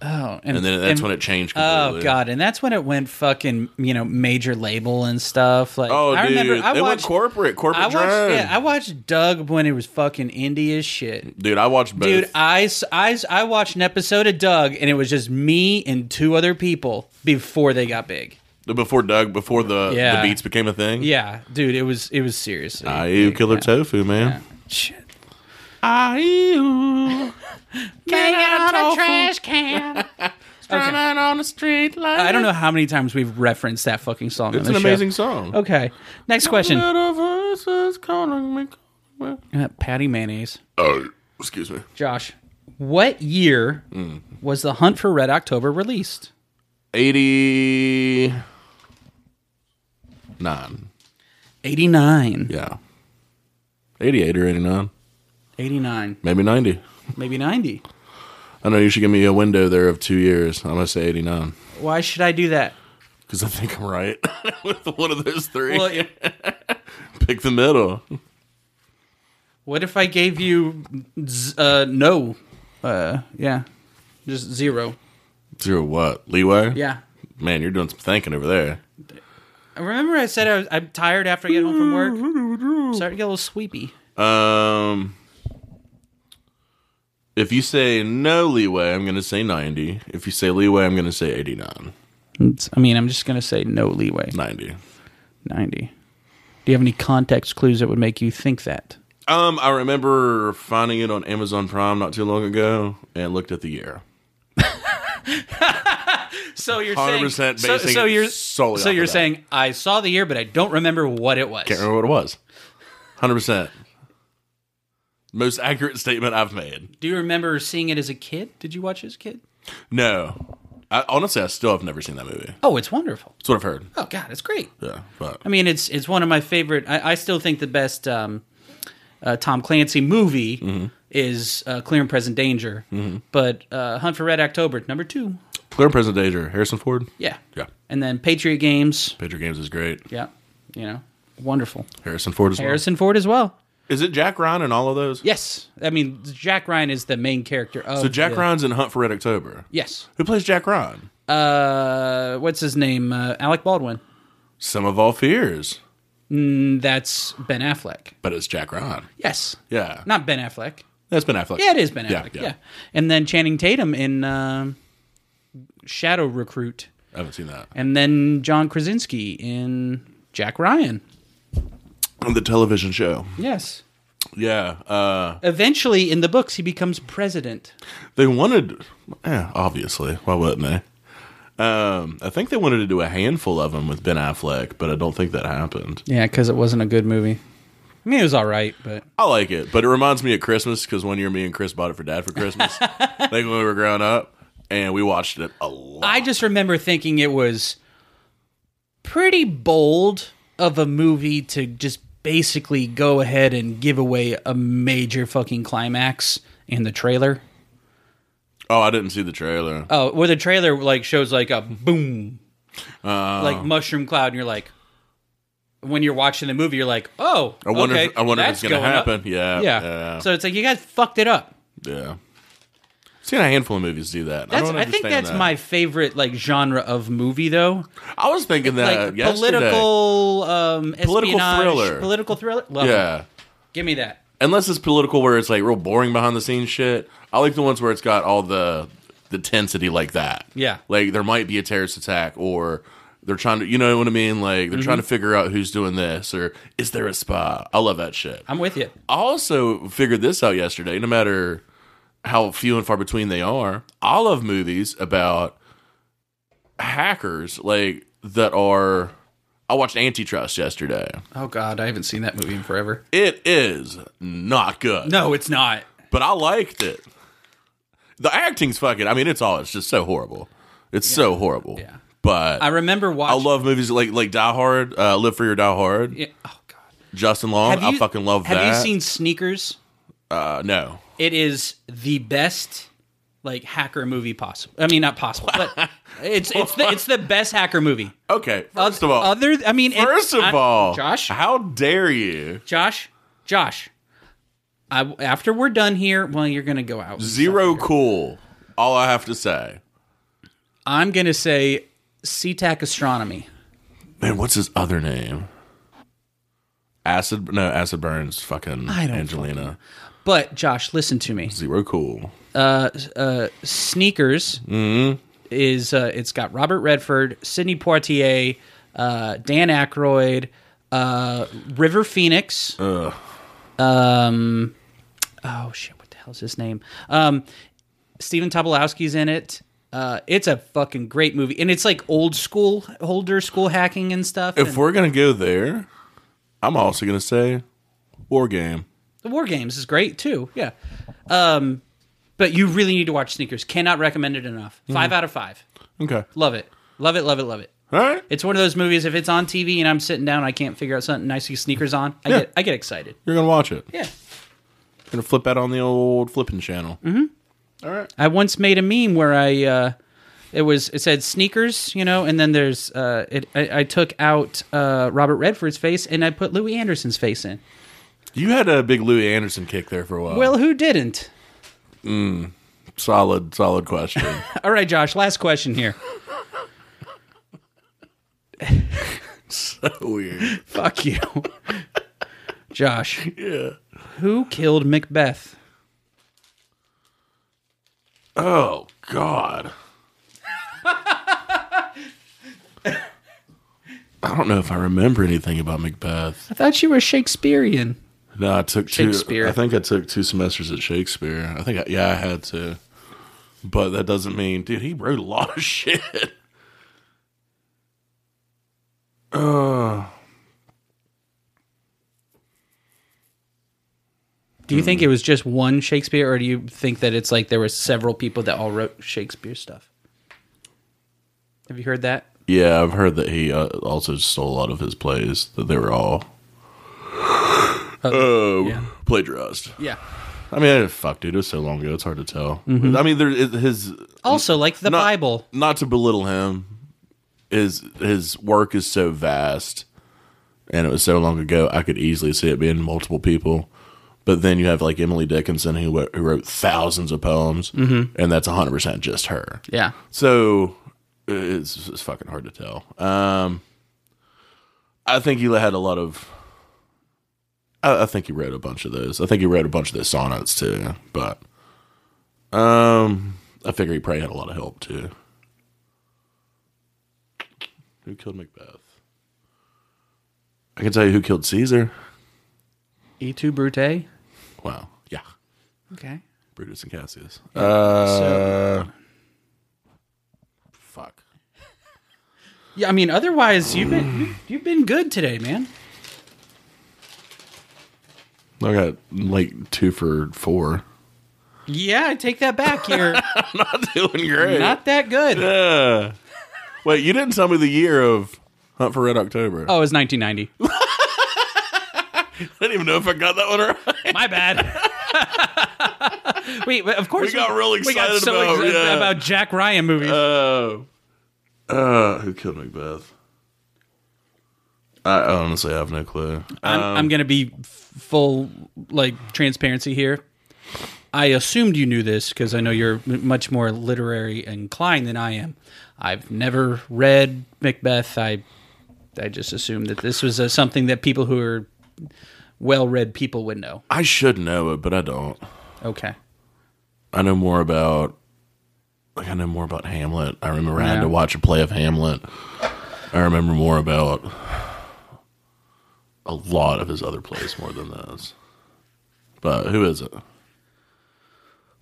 [SPEAKER 1] Oh,
[SPEAKER 2] And then that's when it changed completely.
[SPEAKER 1] Oh god, and that's when it went fucking you know major label and stuff. Like
[SPEAKER 2] Oh,
[SPEAKER 1] I
[SPEAKER 2] dude.
[SPEAKER 1] remember I
[SPEAKER 2] it went
[SPEAKER 1] watched
[SPEAKER 2] corporate, corporate
[SPEAKER 1] I watched
[SPEAKER 2] drone.
[SPEAKER 1] yeah, I watched Doug when it was fucking indie as shit.
[SPEAKER 2] dude, I watched both.
[SPEAKER 1] Dude, I, s- I s- I watched an episode of Doug and it was just me and two other people before they got big.
[SPEAKER 2] before Doug, before the,
[SPEAKER 1] Yeah.
[SPEAKER 2] the beats became a thing.
[SPEAKER 1] Yeah, dude, it was it was seriously.
[SPEAKER 2] I eat killer tofu, man.
[SPEAKER 1] shit.
[SPEAKER 2] I eat.
[SPEAKER 1] Hang
[SPEAKER 3] out of a
[SPEAKER 1] trash can.
[SPEAKER 2] Running on the street light.
[SPEAKER 1] I don't know how many times we've referenced that fucking song.
[SPEAKER 2] It's
[SPEAKER 1] on
[SPEAKER 2] an
[SPEAKER 1] the
[SPEAKER 2] amazing
[SPEAKER 1] Show.
[SPEAKER 2] song.
[SPEAKER 1] Okay, next question.
[SPEAKER 2] Little voices calling me, calling me.
[SPEAKER 1] Uh, Patty mayonnaise.
[SPEAKER 2] Oh, excuse me.
[SPEAKER 1] Josh, what year was The Hunt for Red October released?
[SPEAKER 2] 89.
[SPEAKER 1] Eighty nine.
[SPEAKER 2] Yeah. 88 or 89.
[SPEAKER 1] Eighty nine.
[SPEAKER 2] Maybe 90.
[SPEAKER 1] Maybe ninety.
[SPEAKER 2] I know you should give me a window there of two years. I'm going to say 89.
[SPEAKER 1] Why should I do that?
[SPEAKER 2] Because I think I'm right with one of those three.
[SPEAKER 1] Well, yeah.
[SPEAKER 2] Pick the middle.
[SPEAKER 1] What if I gave you z- uh, no? Uh, yeah, just zero.
[SPEAKER 2] Zero what? Leeway?
[SPEAKER 1] Yeah.
[SPEAKER 2] Man, you're doing some thinking over there.
[SPEAKER 1] I remember I said I was, I'm tired after I get home from work. Starting to get a little sweepy.
[SPEAKER 2] Um, if you say no leeway, I'm going to say 90. If you say leeway, I'm going to say 89.
[SPEAKER 1] It's- I mean, I'm just gonna say no leeway.
[SPEAKER 2] 90.
[SPEAKER 1] Ninety. Do you have any context clues that would make you think that?
[SPEAKER 2] Um, I remember finding it on Amazon Prime not too long ago and looked at the year.
[SPEAKER 1] So you're
[SPEAKER 2] 100%
[SPEAKER 1] saying so,
[SPEAKER 2] basing
[SPEAKER 1] so
[SPEAKER 2] it
[SPEAKER 1] you're
[SPEAKER 2] solely
[SPEAKER 1] so
[SPEAKER 2] off
[SPEAKER 1] you're
[SPEAKER 2] of that.
[SPEAKER 1] saying I saw the year, but I don't remember what it was.
[SPEAKER 2] Can't remember what it was. 100%. Most accurate statement I've made.
[SPEAKER 1] Do you remember seeing it as a kid? Did you watch it as a kid?
[SPEAKER 2] No. I, honestly, I still have never seen that movie.
[SPEAKER 1] Oh, it's wonderful.
[SPEAKER 2] That's what I've heard.
[SPEAKER 1] Oh God, it's great.
[SPEAKER 2] Yeah. But
[SPEAKER 1] I mean, it's it's one of my favorite. I, I still think the best um, uh, Tom Clancy movie
[SPEAKER 2] Mm-hmm.
[SPEAKER 1] is uh, Clear and Present Danger, but uh, Hunt for Red October number two.
[SPEAKER 2] Clear and Present Danger, Harrison Ford.
[SPEAKER 1] Yeah,
[SPEAKER 2] Yeah.
[SPEAKER 1] and then Patriot Games.
[SPEAKER 2] Picture Games is great.
[SPEAKER 1] Yeah, you know, wonderful.
[SPEAKER 2] Harrison Ford as well.
[SPEAKER 1] Harrison Ford as well.
[SPEAKER 2] Is it Jack Ryan in all of those?
[SPEAKER 1] Yes, I mean Jack Ryan is the main character of
[SPEAKER 2] So Jack
[SPEAKER 1] the-
[SPEAKER 2] Ryan's in Hunt for Red October.
[SPEAKER 1] Yes.
[SPEAKER 2] Who plays Jack Ryan?
[SPEAKER 1] Uh, what's his name? Uh, Alec Baldwin.
[SPEAKER 2] Some of all fears,
[SPEAKER 1] And That's Ben Affleck.
[SPEAKER 2] but it's Jack Ryan.
[SPEAKER 1] Yes.
[SPEAKER 2] Yeah,
[SPEAKER 1] Not Ben Affleck.
[SPEAKER 2] that's Ben Affleck.
[SPEAKER 1] Yeah, it is Ben Affleck. Yeah, and then Channing Tatum in um Shadow Recruit,
[SPEAKER 2] I haven't seen that.
[SPEAKER 1] and then John Krasinski in Jack Ryan.
[SPEAKER 2] On the television show.
[SPEAKER 1] Yes.
[SPEAKER 2] Yeah, uh,
[SPEAKER 1] Eventually, in the books, he becomes president.
[SPEAKER 2] they wanted. Yeah, obviously, why wouldn't they? Um, I think they wanted to do a handful of them with Ben Affleck, but I don't think that happened.
[SPEAKER 1] Yeah, because it wasn't a good movie. I mean, it was all right, but
[SPEAKER 2] I like it, but it reminds me of Christmas because one year me and Chris bought it for Dad for Christmas, like when we were growing up, and we watched it a lot.
[SPEAKER 1] I just remember thinking it was pretty bold of a movie to just basically go ahead and give away a major fucking climax in the trailer.
[SPEAKER 2] oh, I didn't see the trailer.
[SPEAKER 1] Oh, where the trailer like shows like a boom,
[SPEAKER 2] Oh.
[SPEAKER 1] like mushroom cloud, and you're like, when you're watching the movie, you're like, oh,
[SPEAKER 2] I wonder.
[SPEAKER 1] okay,
[SPEAKER 2] if, I wonder if
[SPEAKER 1] that's
[SPEAKER 2] it's going to
[SPEAKER 1] up.
[SPEAKER 2] happen. Yeah,
[SPEAKER 1] Yeah.
[SPEAKER 2] yeah,
[SPEAKER 1] So it's like you guys fucked it up.
[SPEAKER 2] yeah. I've seen a handful of movies do that.
[SPEAKER 1] That's,
[SPEAKER 2] I, don't
[SPEAKER 1] I, think
[SPEAKER 2] understand
[SPEAKER 1] that's
[SPEAKER 2] that.
[SPEAKER 1] my favorite like genre of movie though,
[SPEAKER 2] I was thinking
[SPEAKER 1] like
[SPEAKER 2] that Uh, yesterday.
[SPEAKER 1] political, um,
[SPEAKER 2] Political
[SPEAKER 1] espionage,
[SPEAKER 2] thriller.
[SPEAKER 1] political thriller. Love it.
[SPEAKER 2] Yeah,
[SPEAKER 1] give me that.
[SPEAKER 2] unless it's political where it's like real boring behind the scenes shit. I like the ones where it's got all the the tensity like that.
[SPEAKER 1] Yeah.
[SPEAKER 2] like there might be a terrorist attack or. They're trying to, you know what I mean? Like, they're
[SPEAKER 1] Mm-hmm.
[SPEAKER 2] trying to figure out who's doing this or is there a spy? I love that shit.
[SPEAKER 1] I'm with you.
[SPEAKER 2] I also figured this out yesterday. No matter how few and far between they are, I love movies about hackers like that are. I watched Antitrust yesterday.
[SPEAKER 1] Oh God, I haven't seen that movie in forever.
[SPEAKER 2] It is not good,
[SPEAKER 1] No, it's not.
[SPEAKER 2] but I liked it. The acting's fucking. I mean, it's all. It's just so horrible. It's so horrible.
[SPEAKER 1] Yeah.
[SPEAKER 2] but
[SPEAKER 1] I
[SPEAKER 2] I,
[SPEAKER 1] remember watching.
[SPEAKER 2] love movies like like Die Hard, uh, Live for Your Die Hard.
[SPEAKER 1] Yeah. Oh God.
[SPEAKER 2] Justin Long,
[SPEAKER 1] Have
[SPEAKER 2] I
[SPEAKER 1] you-
[SPEAKER 2] fucking love
[SPEAKER 1] Have
[SPEAKER 2] that.
[SPEAKER 1] you seen Sneakers?
[SPEAKER 2] Uh, no,
[SPEAKER 1] It is the best like hacker movie possible. I mean, not possible, but it's it's the, it's the best hacker movie.
[SPEAKER 2] Okay, first of all,
[SPEAKER 1] Other, I mean, it-
[SPEAKER 2] Oh. first of
[SPEAKER 1] I-
[SPEAKER 2] all,
[SPEAKER 1] Josh,
[SPEAKER 2] how dare you?
[SPEAKER 1] Josh, Josh. I, after we're done here, well, you're gonna go out.
[SPEAKER 2] Zero cool. All I have to say.
[SPEAKER 1] I'm gonna say SeaTac Astronomy.
[SPEAKER 2] Man, what's his other name? Acid? No, Acid Burns. Fucking
[SPEAKER 1] I don't
[SPEAKER 2] Angelina.
[SPEAKER 1] But Josh, listen to me.
[SPEAKER 2] Zero cool.
[SPEAKER 1] Sneakers
[SPEAKER 2] Mm-hmm.
[SPEAKER 1] is uh, it's got Robert Redford, Sidney Poitier, uh, Dan Aykroyd, uh, River Phoenix. Um, oh shit! What the hell's his name? Um, Stephen Tobolowsky's in it. Uh, it's a fucking great movie, and it's like old school, older school hacking and stuff.
[SPEAKER 2] If
[SPEAKER 1] and
[SPEAKER 2] we're gonna go there, I'm also gonna say war game.
[SPEAKER 1] the War Games is great too. Yeah, um, but you really need to watch Sneakers. Cannot recommend it enough.
[SPEAKER 2] Mm-hmm.
[SPEAKER 1] Five out of five.
[SPEAKER 2] Okay.
[SPEAKER 1] Love it. Love it. Love it. Love it.
[SPEAKER 2] All right.
[SPEAKER 1] It's one of those movies. If it's on TV and I'm sitting down, I can't figure out something. and I see Sneakers on. I
[SPEAKER 2] Yeah.
[SPEAKER 1] get I get excited.
[SPEAKER 2] You're gonna watch it.
[SPEAKER 1] Yeah.
[SPEAKER 2] Gonna flip out on the old flipping channel. Mm-hmm. right.
[SPEAKER 1] I once made a meme where I uh, it was it said sneakers, you know, and then there's uh, it. I, I took out uh, Robert Redford's face and I put Louis Anderson's face in.
[SPEAKER 2] You had a big Louis Anderson kick there for a while.
[SPEAKER 1] Well, who didn't?
[SPEAKER 2] solid, solid question.
[SPEAKER 1] All right, Josh. Last question here.
[SPEAKER 2] Weird.
[SPEAKER 1] Fuck you, Josh.
[SPEAKER 2] Yeah.
[SPEAKER 1] Who killed Macbeth?
[SPEAKER 2] Oh God. I don't know if I remember anything about Macbeth.
[SPEAKER 1] I thought you were Shakespearean.
[SPEAKER 2] No, I took
[SPEAKER 1] Shakespeare.
[SPEAKER 2] Two, I think I took two semesters at Shakespeare. I think, I, yeah, I had to, but that doesn't mean, dude. He wrote a lot of shit. Uh,
[SPEAKER 1] Do you think it was just one Shakespeare, or do you think that it's like there were several people that all wrote Shakespeare stuff? Have you heard that?
[SPEAKER 2] yeah, I've heard that he uh, also stole a lot of his plays. That they were all oh
[SPEAKER 1] Uh, yeah.
[SPEAKER 2] plagiarized.
[SPEAKER 1] Yeah.
[SPEAKER 2] I mean, fuck, dude, it was so long ago. It's hard to tell.
[SPEAKER 1] Mm-hmm.
[SPEAKER 2] I mean, there is his
[SPEAKER 1] Also, like the
[SPEAKER 2] not-
[SPEAKER 1] Bible.
[SPEAKER 2] Not to belittle him, his his work is so vast, and it was so long ago. I could easily see it being multiple people. But then you have like Emily Dickinson, who wrote, who wrote thousands of poems, and that's hundred percent just her.
[SPEAKER 1] Yeah.
[SPEAKER 2] So it's, it's fucking hard to tell. Um, I think he had a lot of. I, I think he wrote a bunch of those. I think he wrote a bunch of those sonnets too. But um, I figure he probably had a lot of help too. Who killed Macbeth? I can tell you who killed Caesar.
[SPEAKER 1] E2 E Brute.
[SPEAKER 2] Wow. Yeah.
[SPEAKER 1] Okay.
[SPEAKER 2] Brutus and Cassius. Uh, fuck.
[SPEAKER 1] Yeah, I mean, otherwise you've been you- you've been good today, man.
[SPEAKER 2] I got like two for four.
[SPEAKER 1] Yeah, I take that back. You're
[SPEAKER 2] Not doing great.
[SPEAKER 1] not that good.
[SPEAKER 2] Yeah. Wait, you didn't tell me the year of Hunt for Red October.
[SPEAKER 1] Oh, it was 1990.
[SPEAKER 2] I didn't even know if I got that one right.
[SPEAKER 1] My bad. Wait, but of course
[SPEAKER 2] We got real
[SPEAKER 1] we got
[SPEAKER 2] excited
[SPEAKER 1] so
[SPEAKER 2] about-
[SPEAKER 1] excited
[SPEAKER 2] yeah.
[SPEAKER 1] about Jack Ryan movies.
[SPEAKER 2] Oh. Uh, who killed Macbeth? I honestly have no clue.
[SPEAKER 1] I'm, I'm going to be f- full like transparency here. I assumed you knew this because I know you're m- much more literary inclined than I am. I've never read Macbeth. I I just assumed that this was uh something that people who are well-read people would know.
[SPEAKER 2] I should know it, but I don't.
[SPEAKER 1] Okay.
[SPEAKER 2] I know more about like I know more about Hamlet. I remember I had
[SPEAKER 1] Yeah.
[SPEAKER 2] to watch a play of Hamlet. I remember more about a lot of his other plays more than those. But who is it?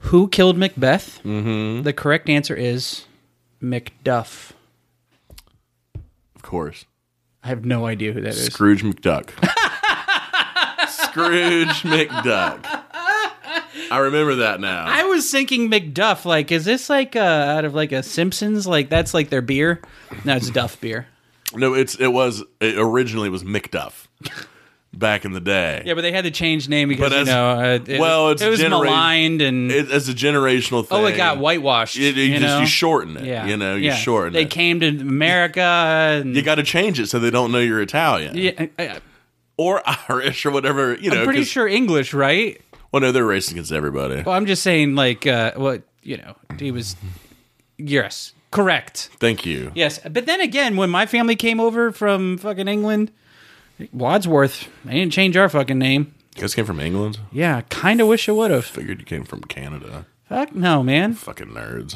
[SPEAKER 1] Who killed Macbeth? Mm-hmm. The correct answer is Macduff.
[SPEAKER 2] Of course.
[SPEAKER 1] I have no idea who that is.
[SPEAKER 2] Scrooge McDuck. Scrooge McDuck. I remember that now.
[SPEAKER 1] I was thinking McDuff. Like, is this like uh, out of like a Simpsons? Like, that's like their beer. No, it's Duff beer.
[SPEAKER 2] no, it's it was it originally was McDuff back in the day.
[SPEAKER 1] Yeah, but they had to change name because
[SPEAKER 2] But as-
[SPEAKER 1] you know, uh, it,
[SPEAKER 2] well, it's
[SPEAKER 1] it was
[SPEAKER 2] genera-
[SPEAKER 1] maligned and
[SPEAKER 2] It, it's a generational thing.
[SPEAKER 1] oh, it got whitewashed.
[SPEAKER 2] You, you
[SPEAKER 1] you
[SPEAKER 2] just
[SPEAKER 1] know?
[SPEAKER 2] you shorten it.
[SPEAKER 1] yeah,
[SPEAKER 2] You know, you
[SPEAKER 1] yeah.
[SPEAKER 2] shorten
[SPEAKER 1] They
[SPEAKER 2] it.
[SPEAKER 1] came to America. And,
[SPEAKER 2] you got to change it so they don't know you're Italian
[SPEAKER 1] yeah, I- I,
[SPEAKER 2] or Irish or whatever. You know,
[SPEAKER 1] I'm pretty
[SPEAKER 2] 'cause-
[SPEAKER 1] sure English, right?
[SPEAKER 2] Well, no, they're racing against everybody.
[SPEAKER 1] Well, I'm just saying, like, uh, well, you know, he was yes, correct.
[SPEAKER 2] Thank you.
[SPEAKER 1] Yes, but then again, when my family came over from fucking England, Wadsworth, they didn't change our fucking name.
[SPEAKER 2] You guys came from England.
[SPEAKER 1] Yeah, kind of wish I would have.
[SPEAKER 2] Figured you came from Canada.
[SPEAKER 1] Fuck no, man.
[SPEAKER 2] Fucking nerds.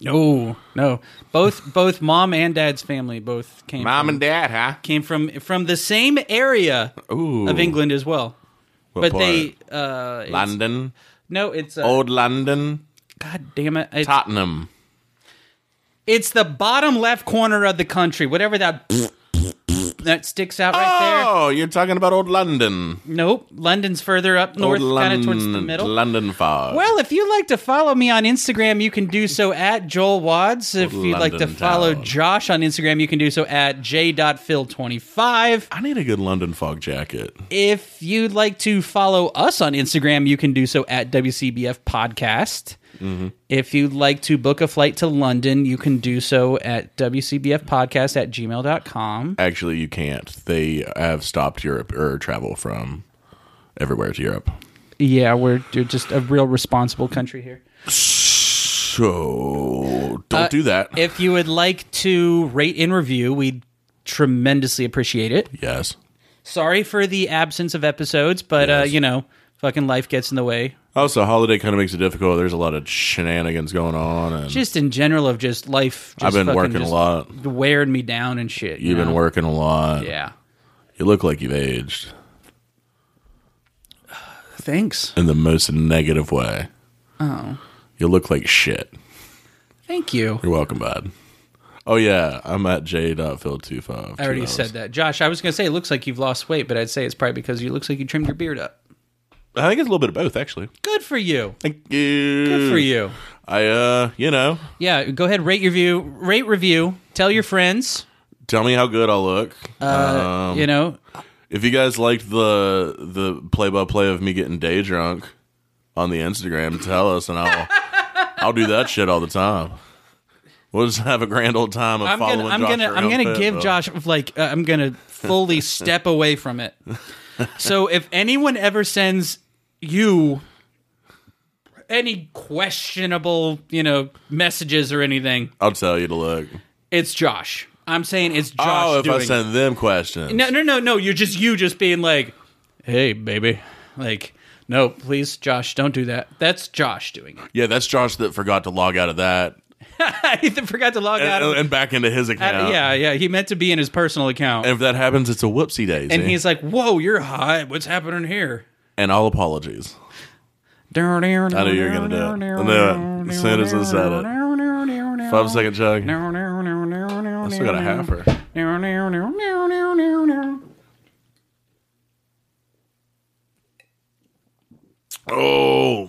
[SPEAKER 1] No, no. Both both mom and dad's family both came from,
[SPEAKER 2] dad, huh?
[SPEAKER 1] came from from the same area
[SPEAKER 2] Ooh,
[SPEAKER 1] of England as well.
[SPEAKER 2] What Oh.
[SPEAKER 1] but they uh it's-
[SPEAKER 2] London,
[SPEAKER 1] no, it's uh,
[SPEAKER 2] old London,
[SPEAKER 1] god damn it. It's,
[SPEAKER 2] Tottenham.
[SPEAKER 1] It's the bottom left corner of the country, whatever that that sticks out right
[SPEAKER 2] Oh, you're talking about old London.
[SPEAKER 1] there. Nope, London's further up north,
[SPEAKER 2] old
[SPEAKER 1] kind of towards the
[SPEAKER 2] Lon-
[SPEAKER 1] middle.
[SPEAKER 2] London fog.
[SPEAKER 1] Well, if you'd like to follow me on Instagram, you can do so at Joel Wads. If you'd like to
[SPEAKER 2] London
[SPEAKER 1] follow
[SPEAKER 2] town.
[SPEAKER 1] Josh on Instagram, you can do so at j.phil25.
[SPEAKER 2] I need a good London fog jacket.
[SPEAKER 1] If you'd like to follow us on Instagram, you can do so at WCBF Podcast.
[SPEAKER 2] Mm-hmm.
[SPEAKER 1] If you'd like to book a flight to London, you can do so at WCBF Podcast at gmail.com.
[SPEAKER 2] Actually, you can't. They have stopped Europe or travel from everywhere to Europe.
[SPEAKER 1] Yeah, we're you're just a real responsible country here.
[SPEAKER 2] So don't
[SPEAKER 1] Uh,
[SPEAKER 2] do that.
[SPEAKER 1] If you would like to rate and review, we'd tremendously appreciate it.
[SPEAKER 2] yes.
[SPEAKER 1] Sorry for the absence of episodes, but uh, you know, fucking life gets in the way.
[SPEAKER 2] Also, holiday kind of makes it difficult. There's a lot of shenanigans going on, and
[SPEAKER 1] Just in general, of just life. Just
[SPEAKER 2] I've been
[SPEAKER 1] fucking
[SPEAKER 2] working a
[SPEAKER 1] just
[SPEAKER 2] lot.
[SPEAKER 1] wearing me down and shit. you
[SPEAKER 2] You've
[SPEAKER 1] know?
[SPEAKER 2] been working a lot.
[SPEAKER 1] Yeah.
[SPEAKER 2] You look like you've aged
[SPEAKER 1] Thanks.
[SPEAKER 2] in the most negative way.
[SPEAKER 1] Oh,
[SPEAKER 2] You look like shit.
[SPEAKER 1] thank you.
[SPEAKER 2] You're welcome, bud. Oh yeah, I'm at j.phil25.
[SPEAKER 1] I already said that, Josh. I was gonna say it looks like you've lost weight, but I'd say it's probably because you looks like you trimmed your beard up.
[SPEAKER 2] I think it's a little bit of both, actually.
[SPEAKER 1] Good for you.
[SPEAKER 2] Thank you.
[SPEAKER 1] Good for you.
[SPEAKER 2] I uh, you know,
[SPEAKER 1] Yeah. Go ahead. Rate your view. Rate review. Tell your friends.
[SPEAKER 2] tell me how good I look.
[SPEAKER 1] Uh,
[SPEAKER 2] Um,
[SPEAKER 1] you know.
[SPEAKER 2] If you guys liked the the play by play of me getting day drunk on the Instagram, tell us and I'll I'll do that shit all the time. We'll just have a grand old time of
[SPEAKER 1] I'm
[SPEAKER 2] following
[SPEAKER 1] gonna, I'm
[SPEAKER 2] Josh
[SPEAKER 1] gonna, I'm
[SPEAKER 2] around
[SPEAKER 1] gonna give
[SPEAKER 2] Fayetteville.
[SPEAKER 1] Josh like uh, I'm gonna fully step away from it. So if anyone ever sends you any questionable, you know, messages or anything,
[SPEAKER 2] I'll tell you to look.
[SPEAKER 1] it's Josh. I'm saying it's Josh.
[SPEAKER 2] oh, if
[SPEAKER 1] doing
[SPEAKER 2] I send them questions,
[SPEAKER 1] no, no, no, no. You're just you, just being like, hey, baby, like. No, please, Josh, don't do that. That's Josh doing it.
[SPEAKER 2] yeah, that's Josh that forgot to log out of that
[SPEAKER 1] I forgot to log out.
[SPEAKER 2] and,
[SPEAKER 1] Of,
[SPEAKER 2] and back into his account.
[SPEAKER 1] yeah, yeah. He meant to be in his personal account.
[SPEAKER 2] And if that happens, it's a whoopsie daisy.
[SPEAKER 1] And he's like, "Whoa, you're high. What's happening here?"
[SPEAKER 2] and all apologies.
[SPEAKER 1] I
[SPEAKER 2] knew you were gonna do it. I knew it. As soon as I said
[SPEAKER 1] it.
[SPEAKER 2] Five second chug.
[SPEAKER 1] I
[SPEAKER 2] I still got a halfer. Oh,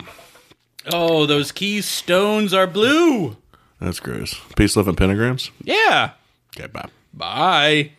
[SPEAKER 1] Oh, those keystones are blue.
[SPEAKER 2] that's gross. Peace, love, and pentagrams.
[SPEAKER 1] Yeah.
[SPEAKER 2] Okay, bye.
[SPEAKER 1] Bye.